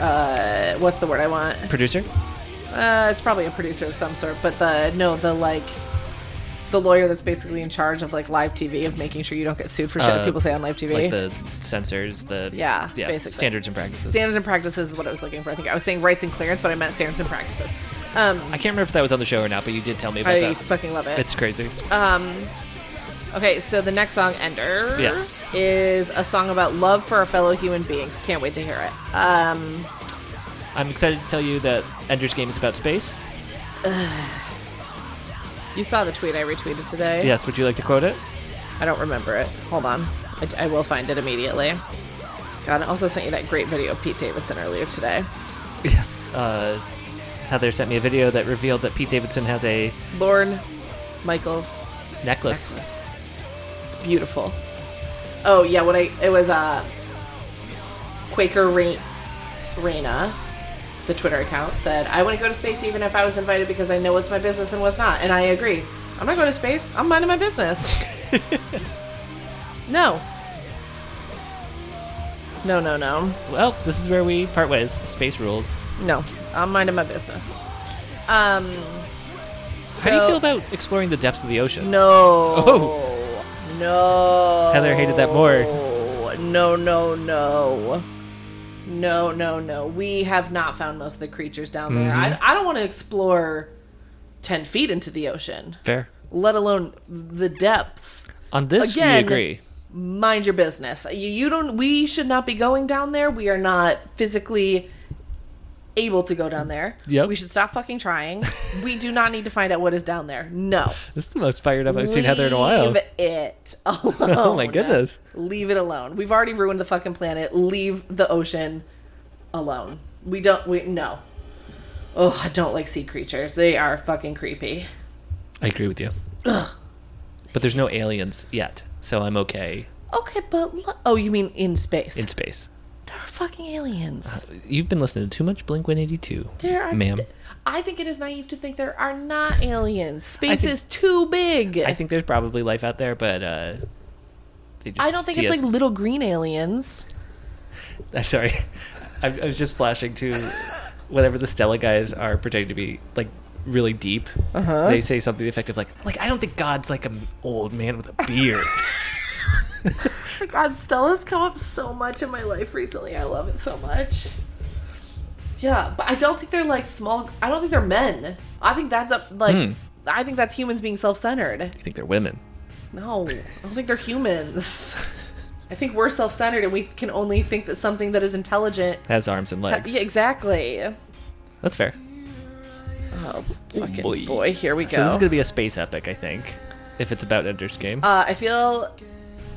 Speaker 2: Uh, what's the word I want?
Speaker 1: Producer?
Speaker 2: Uh, it's probably a producer of some sort, but the no, the like, the lawyer that's basically in charge of like live TV of making sure you don't get sued for shit that
Speaker 1: Uh,
Speaker 2: people say on live TV.
Speaker 1: Like the censors, the
Speaker 2: Yeah,
Speaker 1: yeah
Speaker 2: basically.
Speaker 1: standards and practices.
Speaker 2: standards and practices is what I was looking for. I think I was saying rights and clearance, but I meant standards and practices. Um,
Speaker 1: I can't remember if that was on the show or not, but you did tell me about
Speaker 2: I Uh,
Speaker 1: that.
Speaker 2: fucking love it.
Speaker 1: It's crazy.
Speaker 2: Okay, so the next song, Ender,
Speaker 1: Yes.
Speaker 2: is a song about love for our fellow human beings. Can't wait to hear it. Um,
Speaker 1: I'm excited to tell you that Ender's Game is about space.
Speaker 2: you saw the tweet I retweeted today.
Speaker 1: Yes, would you like to quote it?
Speaker 2: I don't remember it. Hold on. I, I will find it immediately. God, I also sent you that great video of Pete Davidson earlier today.
Speaker 1: Yes. Uh, Heather sent me a video that revealed that Pete Davidson has a
Speaker 2: Lorne Michaels
Speaker 1: necklace.
Speaker 2: necklace. It's beautiful. Oh yeah, when I it was uh Quaker Rain Raina, the Twitter account, said, I wouldn't go to space even if I was invited because I know what's my business and what's not. And I agree. I'm not going to space. I'm minding my business. no. No, no, no.
Speaker 1: Well, this is where we part ways. Space rules.
Speaker 2: No. I'm minding my business. Um
Speaker 1: How do you
Speaker 2: so-
Speaker 1: feel about exploring the depths of the ocean?
Speaker 2: No. No.
Speaker 1: Oh. Heather hated that more.
Speaker 2: No, no, no. No, no, no. We have not found most of the creatures down there.
Speaker 1: Mm-hmm.
Speaker 2: I, I don't want to explore 10 feet into the ocean,
Speaker 1: Fair.
Speaker 2: let alone the depths.
Speaker 1: On this,
Speaker 2: Again,
Speaker 1: we agree.
Speaker 2: Mind your business. You, you don't. We should not be going down there. We are not physically able to go down there.
Speaker 1: Yep.
Speaker 2: We should stop fucking trying. we do not need to find out what is down there. No.
Speaker 1: This is the most fired up I've seen Heather in a while.
Speaker 2: Leave it alone.
Speaker 1: Oh my goodness.
Speaker 2: Leave it alone. We've already ruined the fucking planet. Leave the ocean alone. We don't. We no. Oh, I don't like sea creatures. They are fucking creepy.
Speaker 1: I agree with you. But there's no aliens yet, so I'm okay
Speaker 2: Okay, but lo- oh, you mean in space?
Speaker 1: in space.
Speaker 2: there are fucking aliens.
Speaker 1: You've been listening to too much Blink 182.
Speaker 2: There are,
Speaker 1: ma'am.
Speaker 2: I think it is naive to think there are not aliens. Space
Speaker 1: think-
Speaker 2: is too big.
Speaker 1: I think there's probably life out there, but uh, they just
Speaker 2: I don't think
Speaker 1: see
Speaker 2: it's
Speaker 1: us-
Speaker 2: like little green aliens.
Speaker 1: I'm sorry. I, I was just flashing to whatever the Stella guys are pretending to be like really deep. Uh-huh. They say something effective like, "Like I don't think God's like an old man with a beard."
Speaker 2: Oh God, Stella's come up so much in my life recently. I love it so much. Yeah, but I don't think they're like small. I don't think they're men. I think that's up like
Speaker 1: Hmm.
Speaker 2: I think that's humans being self-centered.
Speaker 1: you think they're women?
Speaker 2: No, I don't think they're humans. I think we're self centered and we can only think that something that is intelligent.
Speaker 1: Has arms and legs.
Speaker 2: Yeah, exactly.
Speaker 1: That's fair.
Speaker 2: Oh, fucking
Speaker 1: boy.
Speaker 2: boy. Here we go.
Speaker 1: So this is gonna be a space epic, I think, if it's about Ender's Game.
Speaker 2: Uh, I feel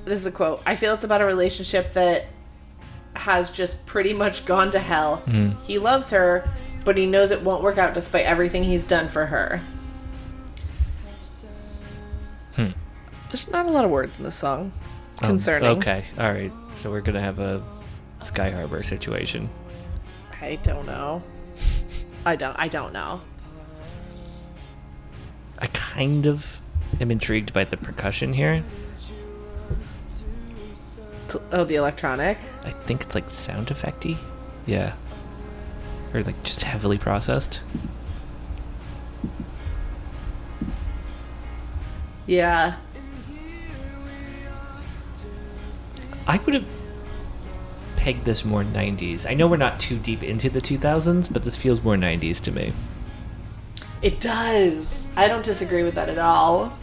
Speaker 2: this is a quote. I feel it's about a relationship that has just pretty much gone to hell. He loves her, but he knows it won't work out despite everything he's done for her.
Speaker 1: Hmm.
Speaker 2: There's not a lot of words in this song
Speaker 1: Um,
Speaker 2: concerning.
Speaker 1: okay, all right. So we're gonna have a Sky Harbor situation.
Speaker 2: I don't know. I don't. I don't know.
Speaker 1: I kind of am intrigued by the percussion here.
Speaker 2: T- Oh, the electronic.
Speaker 1: I think it's like sound effecty. Yeah. Or like just heavily processed.
Speaker 2: Yeah.
Speaker 1: I would have pegged this more 90s. I know we're not too deep into the 2000s, but this feels more 90s to me.
Speaker 2: It does. I don't disagree with that at all.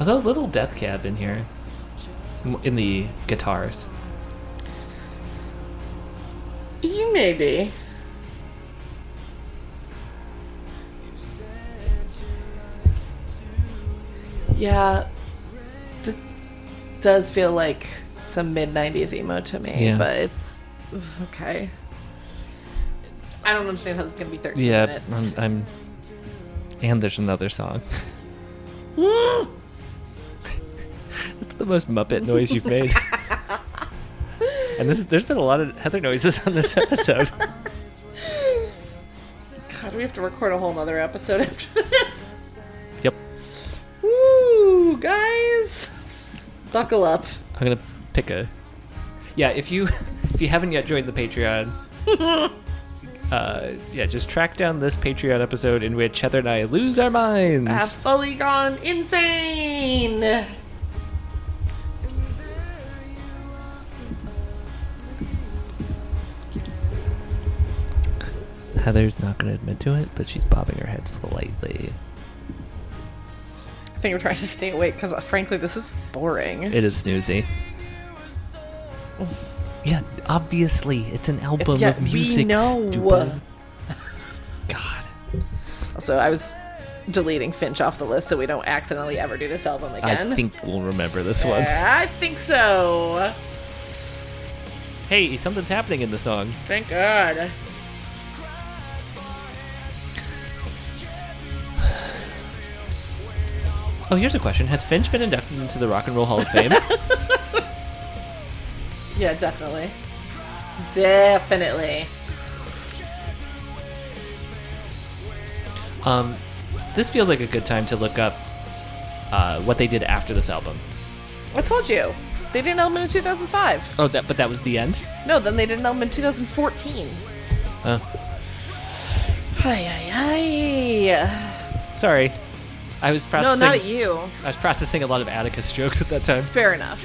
Speaker 1: Although a little Death Cab in here, M- in the guitars.
Speaker 2: You may be. Yeah, this does feel like some mid '90s emo to me,
Speaker 1: Yeah.
Speaker 2: but it's ugh, okay. I don't understand how this is gonna be 13
Speaker 1: Yeah,
Speaker 2: minutes.
Speaker 1: I'm, I'm. And there's another song. uh, That's the most Muppet noise you've made. and this, there's been a lot of Heather noises on this episode.
Speaker 2: God, we have to record a whole nother episode after this.
Speaker 1: yep.
Speaker 2: Woo, guys, buckle up.
Speaker 1: I'm gonna pick a. Yeah, if you if you haven't yet joined the Patreon, uh, yeah, just track down this Patreon episode in which Heather and I lose our minds.
Speaker 2: I've fully gone insane.
Speaker 1: Heather's not gonna admit to it, but she's bobbing her head slightly.
Speaker 2: I think I'm trying to stay awake because, frankly, this is boring.
Speaker 1: It is snoozy. Yeah, obviously, it's an album
Speaker 2: yeah,
Speaker 1: of
Speaker 2: we
Speaker 1: music.
Speaker 2: know.
Speaker 1: stupid. God.
Speaker 2: also, I was deleting Finch off the list so we don't accidentally ever do this album again.
Speaker 1: I think we'll remember this one.
Speaker 2: Yeah, I think so.
Speaker 1: Hey, something's happening in the song.
Speaker 2: Thank God.
Speaker 1: Oh, here's a question: Has Finch been inducted into the Rock and Roll Hall of Fame?
Speaker 2: Yeah, definitely. Definitely.
Speaker 1: Um, this feels like a good time to look up uh, what they did after this album.
Speaker 2: I told you. They did an album in 2005.
Speaker 1: Oh, that but that was the end.
Speaker 2: No, then they did an album in 2014.
Speaker 1: Uh,
Speaker 2: Ay, ay, ay.
Speaker 1: sorry, I was
Speaker 2: No,
Speaker 1: processing.
Speaker 2: not at you.
Speaker 1: I was processing a lot of Atticus jokes at that time.
Speaker 2: Fair enough.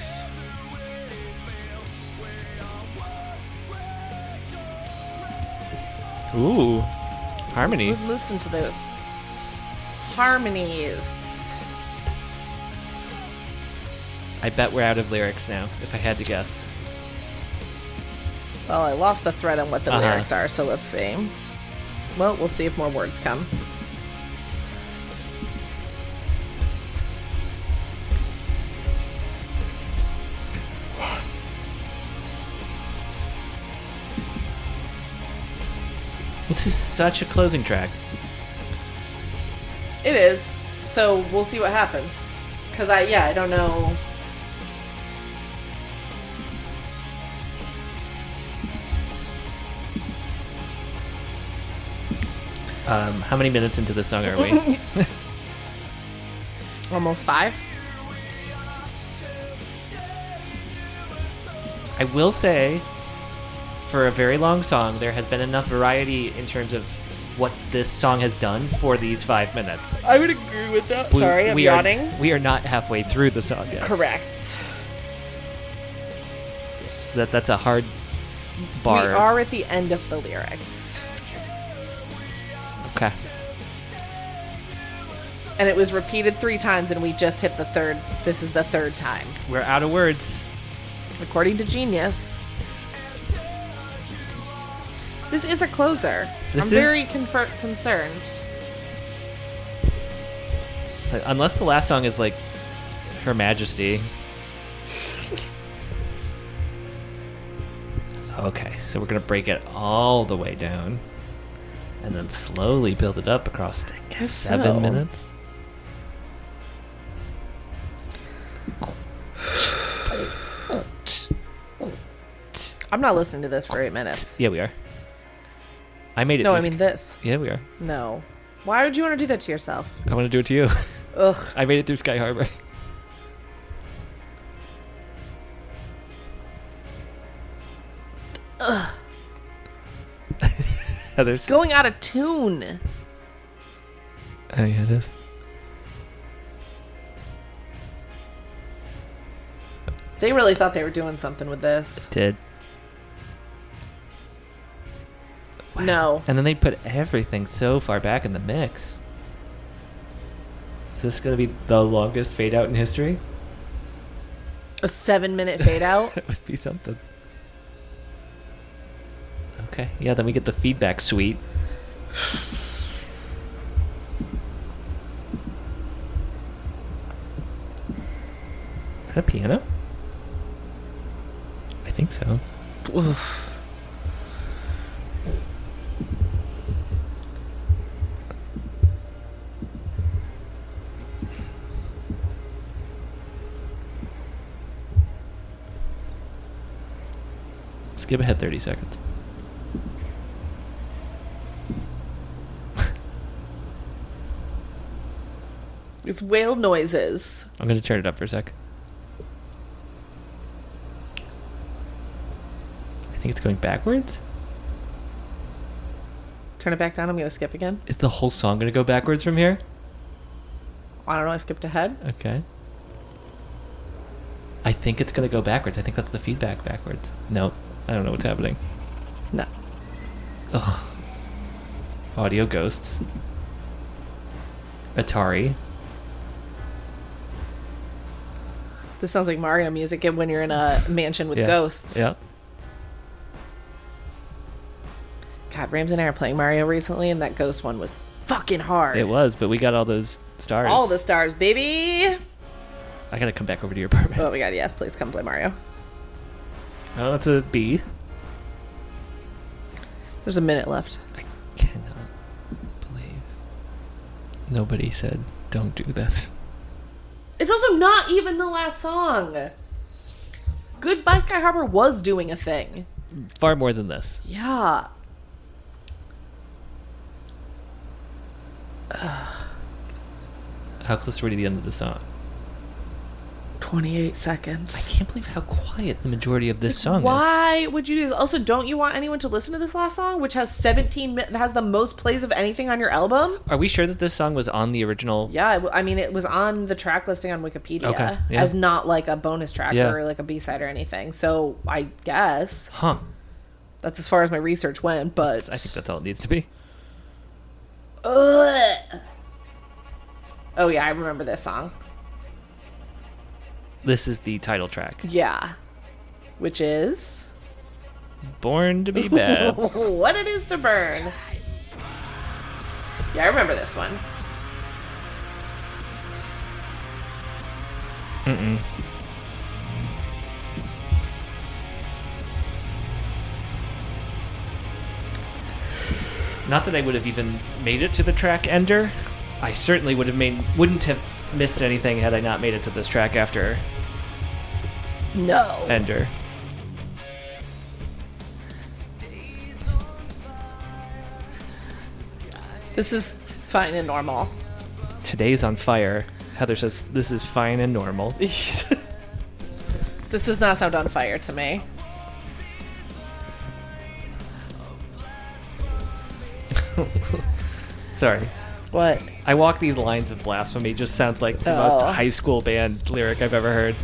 Speaker 1: Ooh, harmony.
Speaker 2: Listen to those harmonies.
Speaker 1: I bet we're out of lyrics now. If I had to guess,
Speaker 2: Well, I lost the thread on what the
Speaker 1: Uh-huh.
Speaker 2: lyrics are, so let's see. Well, we'll see if more words come.
Speaker 1: this is such a closing track.
Speaker 2: It is. So we'll see what happens. Cause I yeah, I don't know.
Speaker 1: Um, how many minutes into this song are we?
Speaker 2: Almost five.
Speaker 1: I will say, for a very long song, there has been enough variety in terms of what this song has done for these five minutes.
Speaker 2: I would agree with that.
Speaker 1: We-
Speaker 2: Sorry, I'm
Speaker 1: we are-
Speaker 2: yawning.
Speaker 1: we are not halfway through the song yet.
Speaker 2: Correct.
Speaker 1: That that's a hard bar.
Speaker 2: We are at the end of the lyrics.
Speaker 1: Okay.
Speaker 2: and it was repeated three times, and we just hit the third. This is the third time,
Speaker 1: We're out of words.
Speaker 2: according to Genius. This is a closer.
Speaker 1: This
Speaker 2: I'm
Speaker 1: is-
Speaker 2: very confer- concerned.
Speaker 1: Unless the last song is like Her Majesty. okay, so we're gonna break it all the way down, and then slowly build it up across
Speaker 2: guess
Speaker 1: seven
Speaker 2: so.
Speaker 1: minutes.
Speaker 2: I'm not listening to this for eight minutes.
Speaker 1: Yeah, we are. I made it.
Speaker 2: No,
Speaker 1: through
Speaker 2: I mean
Speaker 1: sc-
Speaker 2: this.
Speaker 1: yeah, we are.
Speaker 2: No. Why would you want to do that to yourself?
Speaker 1: I want to do it to you.
Speaker 2: Ugh.
Speaker 1: I made it through Sky Harbor. Heather's.
Speaker 2: Going out of tune.
Speaker 1: Oh yeah, it is.
Speaker 2: They really thought they were doing something with this.
Speaker 1: Did.
Speaker 2: No.
Speaker 1: And then they put everything so far back in the mix. Is this gonna be the longest fade out in history?
Speaker 2: A seven minute fade out.
Speaker 1: That would be something. Okay, yeah, then we get the feedback suite. Is that a piano? I think so. Skip ahead 30 seconds.
Speaker 2: it's whale noises.
Speaker 1: I'm gonna turn it up for a sec. I think it's going backwards.
Speaker 2: Turn it back down. I'm going to skip again.
Speaker 1: Is the whole song gonna go backwards from here?
Speaker 2: I don't know. I skipped ahead.
Speaker 1: Okay. I think it's gonna go backwards. I think that's the feedback backwards. No, I don't know what's happening.
Speaker 2: No.
Speaker 1: Ugh. Audio ghosts. Atari.
Speaker 2: This sounds like Mario music and when you're in a mansion with
Speaker 1: Yeah.
Speaker 2: ghosts.
Speaker 1: Yeah.
Speaker 2: God, Rams and I are playing Mario recently, and that ghost one was fucking hard.
Speaker 1: It was, but we got all those stars.
Speaker 2: All the stars, baby.
Speaker 1: I gotta come back over to your apartment.
Speaker 2: Oh my god, yes, please come play Mario.
Speaker 1: Oh, that's a B.
Speaker 2: There's a minute left.
Speaker 1: I cannot believe nobody said don't do this.
Speaker 2: It's also not even the last song. Goodbye Sky Harbor was doing a thing.
Speaker 1: Far more than this.
Speaker 2: Yeah.
Speaker 1: How close are we to the end of the song?
Speaker 2: 28
Speaker 1: I
Speaker 2: seconds.
Speaker 1: can't believe how quiet the majority of this song is.
Speaker 2: Why would you do this? Also, don't you want anyone to listen to this last song, which has 17 mi- that has the most plays of anything on your album?
Speaker 1: Are we sure that this song was on the original?
Speaker 2: Yeah, it w- I mean, it was on the track listing on Wikipedia
Speaker 1: Okay, yeah.
Speaker 2: as not like a bonus track
Speaker 1: Yeah.
Speaker 2: or like a B side or anything. So I guess
Speaker 1: Huh.
Speaker 2: that's as far as my research went. But
Speaker 1: I think that's all it needs to be.
Speaker 2: Ugh. Oh yeah, I remember this song.
Speaker 1: This is the title track.
Speaker 2: Yeah, which is
Speaker 1: Born to be bad.
Speaker 2: what it is to burn. Yeah, I remember this one.
Speaker 1: Not that I would have even made it to the track ender. I certainly would have made wouldn't have missed anything had I not made it to this track after
Speaker 2: No.
Speaker 1: ender.
Speaker 2: This is fine and normal.
Speaker 1: Today's on fire. Heather says this is fine and normal.
Speaker 2: this does not sound on fire to me.
Speaker 1: Sorry.
Speaker 2: What?
Speaker 1: I walk these lines of blasphemy just sounds like the most
Speaker 2: Oh.
Speaker 1: high school band lyric I've ever heard.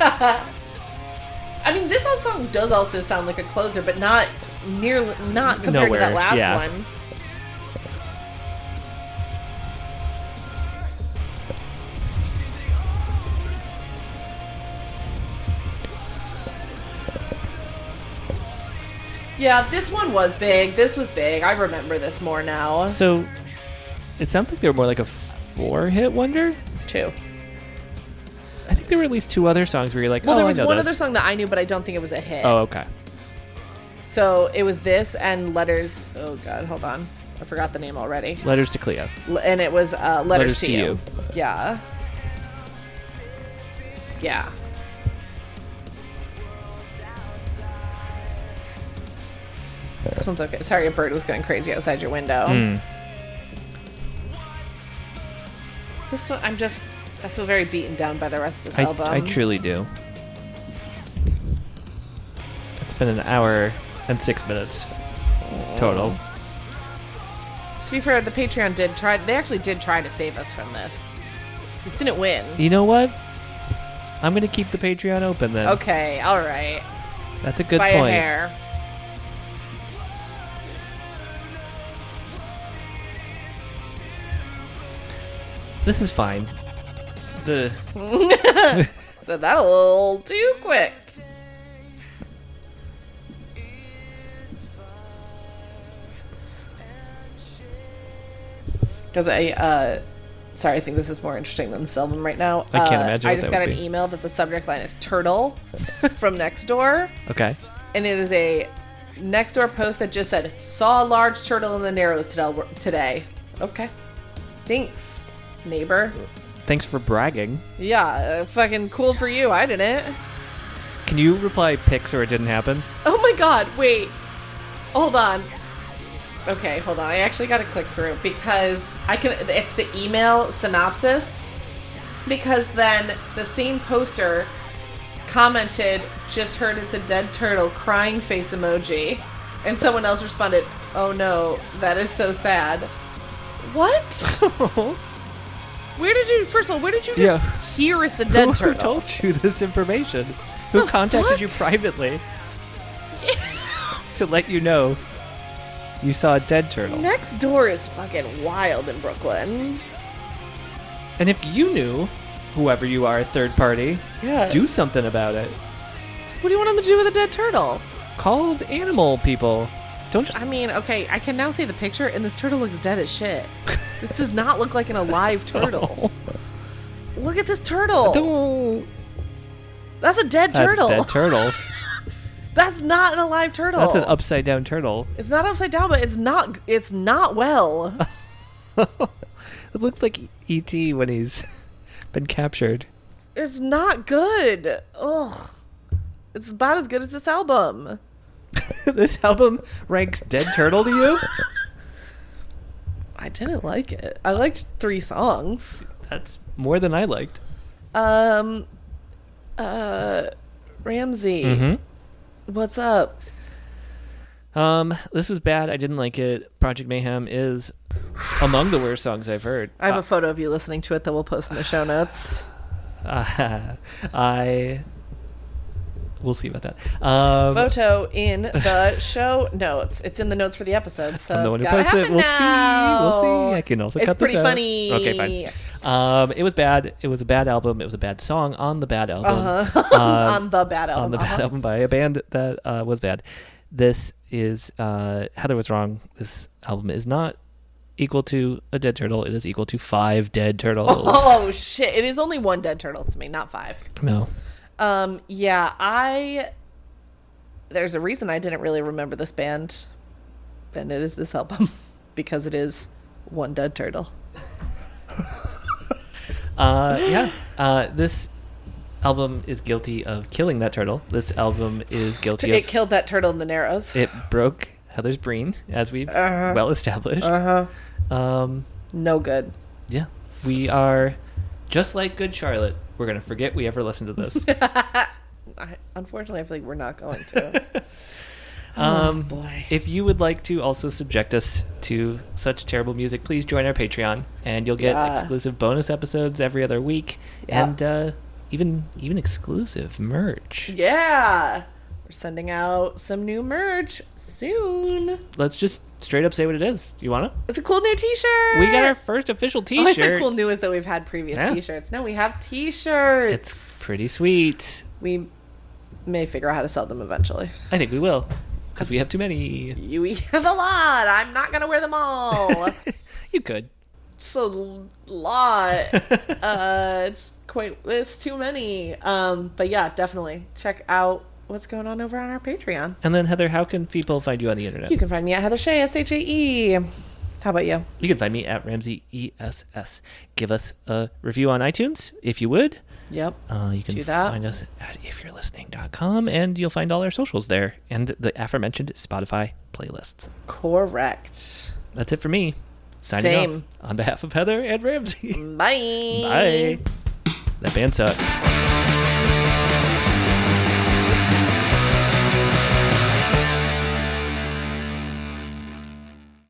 Speaker 2: I mean, this song does also sound like a closer, but not nearly not compared to
Speaker 1: Nowhere,
Speaker 2: that last
Speaker 1: yeah.
Speaker 2: one. Yeah, this one was big. This was big. I remember this more now.
Speaker 1: So it sounds like they were more like a four hit wonder.
Speaker 2: Two.
Speaker 1: I think there were at least two other songs where you're like,
Speaker 2: Well,
Speaker 1: oh,
Speaker 2: there was
Speaker 1: I know
Speaker 2: one
Speaker 1: this.
Speaker 2: other song that I knew, but I don't think it was a hit.
Speaker 1: Oh, okay.
Speaker 2: So it was this and letters. Oh God, hold on, I forgot the name already.
Speaker 1: Letters to Cleo.
Speaker 2: L- and it was uh, letters,
Speaker 1: Letters
Speaker 2: to,
Speaker 1: to
Speaker 2: you.
Speaker 1: You.
Speaker 2: Yeah. Yeah. This one's okay. Sorry, a bird was going crazy outside your window.
Speaker 1: Hmm.
Speaker 2: This one, I'm just, I feel very beaten down by the rest of this
Speaker 1: I,
Speaker 2: album.
Speaker 1: I truly do. It's been an hour and six minutes
Speaker 2: Oh.
Speaker 1: total.
Speaker 2: To be fair, the Patreon did try. They actually did try to save us from this. This didn't win.
Speaker 1: You know what? I'm gonna keep the Patreon open then.
Speaker 2: Okay, all right.
Speaker 1: That's a good
Speaker 2: by
Speaker 1: point.
Speaker 2: a hair.
Speaker 1: This is fine. The
Speaker 2: So that a little too quick. Because I, uh, sorry, I think this is more interesting than this album right now.
Speaker 1: I can't
Speaker 2: Uh,
Speaker 1: imagine
Speaker 2: I
Speaker 1: what
Speaker 2: just
Speaker 1: that
Speaker 2: got
Speaker 1: would
Speaker 2: an
Speaker 1: be.
Speaker 2: email that the subject line is "turtle" from next door,
Speaker 1: okay.
Speaker 2: and it is a next door post that just said "saw a large turtle in the narrows todel- today." Okay, thanks, neighbor.
Speaker 1: Thanks for bragging.
Speaker 2: Yeah, uh, fucking cool for you. I didn't.
Speaker 1: Can you reply pics or it didn't happen?
Speaker 2: Oh my god, wait. Hold on. Okay, hold on. I actually got to click through because I can it's the email synopsis because then the same poster commented just heard it's a dead turtle crying face emoji and someone else responded, "Oh no, that is so sad." What? Where did you first of all, where did you just
Speaker 1: Yeah.
Speaker 2: hear it's a dead
Speaker 1: Who
Speaker 2: turtle?
Speaker 1: told you this information? Who contacted
Speaker 2: fuck?
Speaker 1: you privately to let you know you saw a dead turtle?
Speaker 2: Next door is fucking wild in Brooklyn.
Speaker 1: And if you knew, whoever you are, third party,
Speaker 2: Yeah.
Speaker 1: do something about it.
Speaker 2: What do you want them to do with a dead turtle?
Speaker 1: Call the animal people. Don't just.
Speaker 2: I mean, okay, I can now see the picture, and this turtle looks dead as shit. This does not look like an alive turtle. Look at this turtle.
Speaker 1: Don't.
Speaker 2: That's a dead
Speaker 1: That's a
Speaker 2: turtle.
Speaker 1: dead turtle.
Speaker 2: That's not an alive turtle.
Speaker 1: That's an upside down turtle.
Speaker 2: it's not upside down, but it's not. It's not well.
Speaker 1: It looks like E.T. when he's been captured.
Speaker 2: it's not good. Ugh. It's about as good as this album.
Speaker 1: this album ranks Dead Turtle to you?
Speaker 2: I didn't like it. I liked three songs.
Speaker 1: That's more than I liked.
Speaker 2: Um, uh, Ramsey,
Speaker 1: Mm-hmm.
Speaker 2: what's up?
Speaker 1: Um, this was bad. I didn't like it. Project Mayhem is among the worst songs I've heard.
Speaker 2: I have a photo of you listening to it that we'll post in the show notes.
Speaker 1: Uh, I. We'll see about that. Um,
Speaker 2: Photo in the show notes. It's in the notes for the episode, so
Speaker 1: I'm the
Speaker 2: it's
Speaker 1: one who
Speaker 2: gotta
Speaker 1: posted it.
Speaker 2: happen
Speaker 1: We'll
Speaker 2: now.
Speaker 1: see. We'll see. I can also
Speaker 2: It's
Speaker 1: cut this
Speaker 2: pretty
Speaker 1: out.
Speaker 2: funny.
Speaker 1: Okay, fine. Um, it was bad. It was a bad album. It was a bad song on the bad album.
Speaker 2: Uh-huh.
Speaker 1: Um,
Speaker 2: on the bad album.
Speaker 1: on the bad
Speaker 2: Uh-huh.
Speaker 1: album by a band that uh, was bad. This is uh, Heather was wrong. This album is not equal to a dead turtle. It is equal to five dead turtles.
Speaker 2: Oh shit! It is only one dead turtle to me, not five.
Speaker 1: No,
Speaker 2: Um, yeah, I. There's a reason I didn't really remember this band, and it is this album because it is one dead turtle.
Speaker 1: uh, yeah, uh, this album is guilty of killing that turtle. This album is guilty
Speaker 2: It
Speaker 1: of
Speaker 2: killed that turtle in the Narrows.
Speaker 1: it broke Heather's brain, as we've
Speaker 2: Uh-huh.
Speaker 1: well established. Um,
Speaker 2: no good.
Speaker 1: yeah, we are just like Good Charlotte. We're gonna forget we ever listened to this.
Speaker 2: I, unfortunately, I feel like we're not going to.
Speaker 1: Um,
Speaker 2: Oh, boy.
Speaker 1: If you would like to also subject us to such terrible music, please join our Patreon, and you'll get
Speaker 2: Yeah.
Speaker 1: exclusive bonus episodes every other week,
Speaker 2: Yeah.
Speaker 1: and uh, even even exclusive merch.
Speaker 2: yeah, we're sending out some new merch soon.
Speaker 1: Let's just straight up say what it is. You wanna?
Speaker 2: It's a cool new T-shirt.
Speaker 1: We got our first official
Speaker 2: Oh, I
Speaker 1: T-shirt.
Speaker 2: said cool new is that we've had previous
Speaker 1: Yeah.
Speaker 2: T-shirts. No, we have T-shirts.
Speaker 1: It's pretty sweet.
Speaker 2: We may figure out how to sell them eventually.
Speaker 1: I think we will. because we have too many.
Speaker 2: You have a lot. I'm not gonna wear them all.
Speaker 1: You could.
Speaker 2: it's a l- lot. uh, it's quite. It's too many. Um, but yeah, definitely check out what's going on over on our Patreon.
Speaker 1: And then Heather, how can people find you on the internet?
Speaker 2: You can find me at Heather Shea S H A E. How about you?
Speaker 1: You can find me at Ramsey ESS. Give us a review on iTunes if you would.
Speaker 2: Yep.
Speaker 1: Uh, you can
Speaker 2: Do that.
Speaker 1: find us at ifyou'relistening.com and you'll find all our socials there and the aforementioned Spotify playlists.
Speaker 2: Correct.
Speaker 1: That's it for me. Signing
Speaker 2: Same.
Speaker 1: off on behalf of Heather and Ramsey.
Speaker 2: Bye.
Speaker 1: Bye. That band sucks.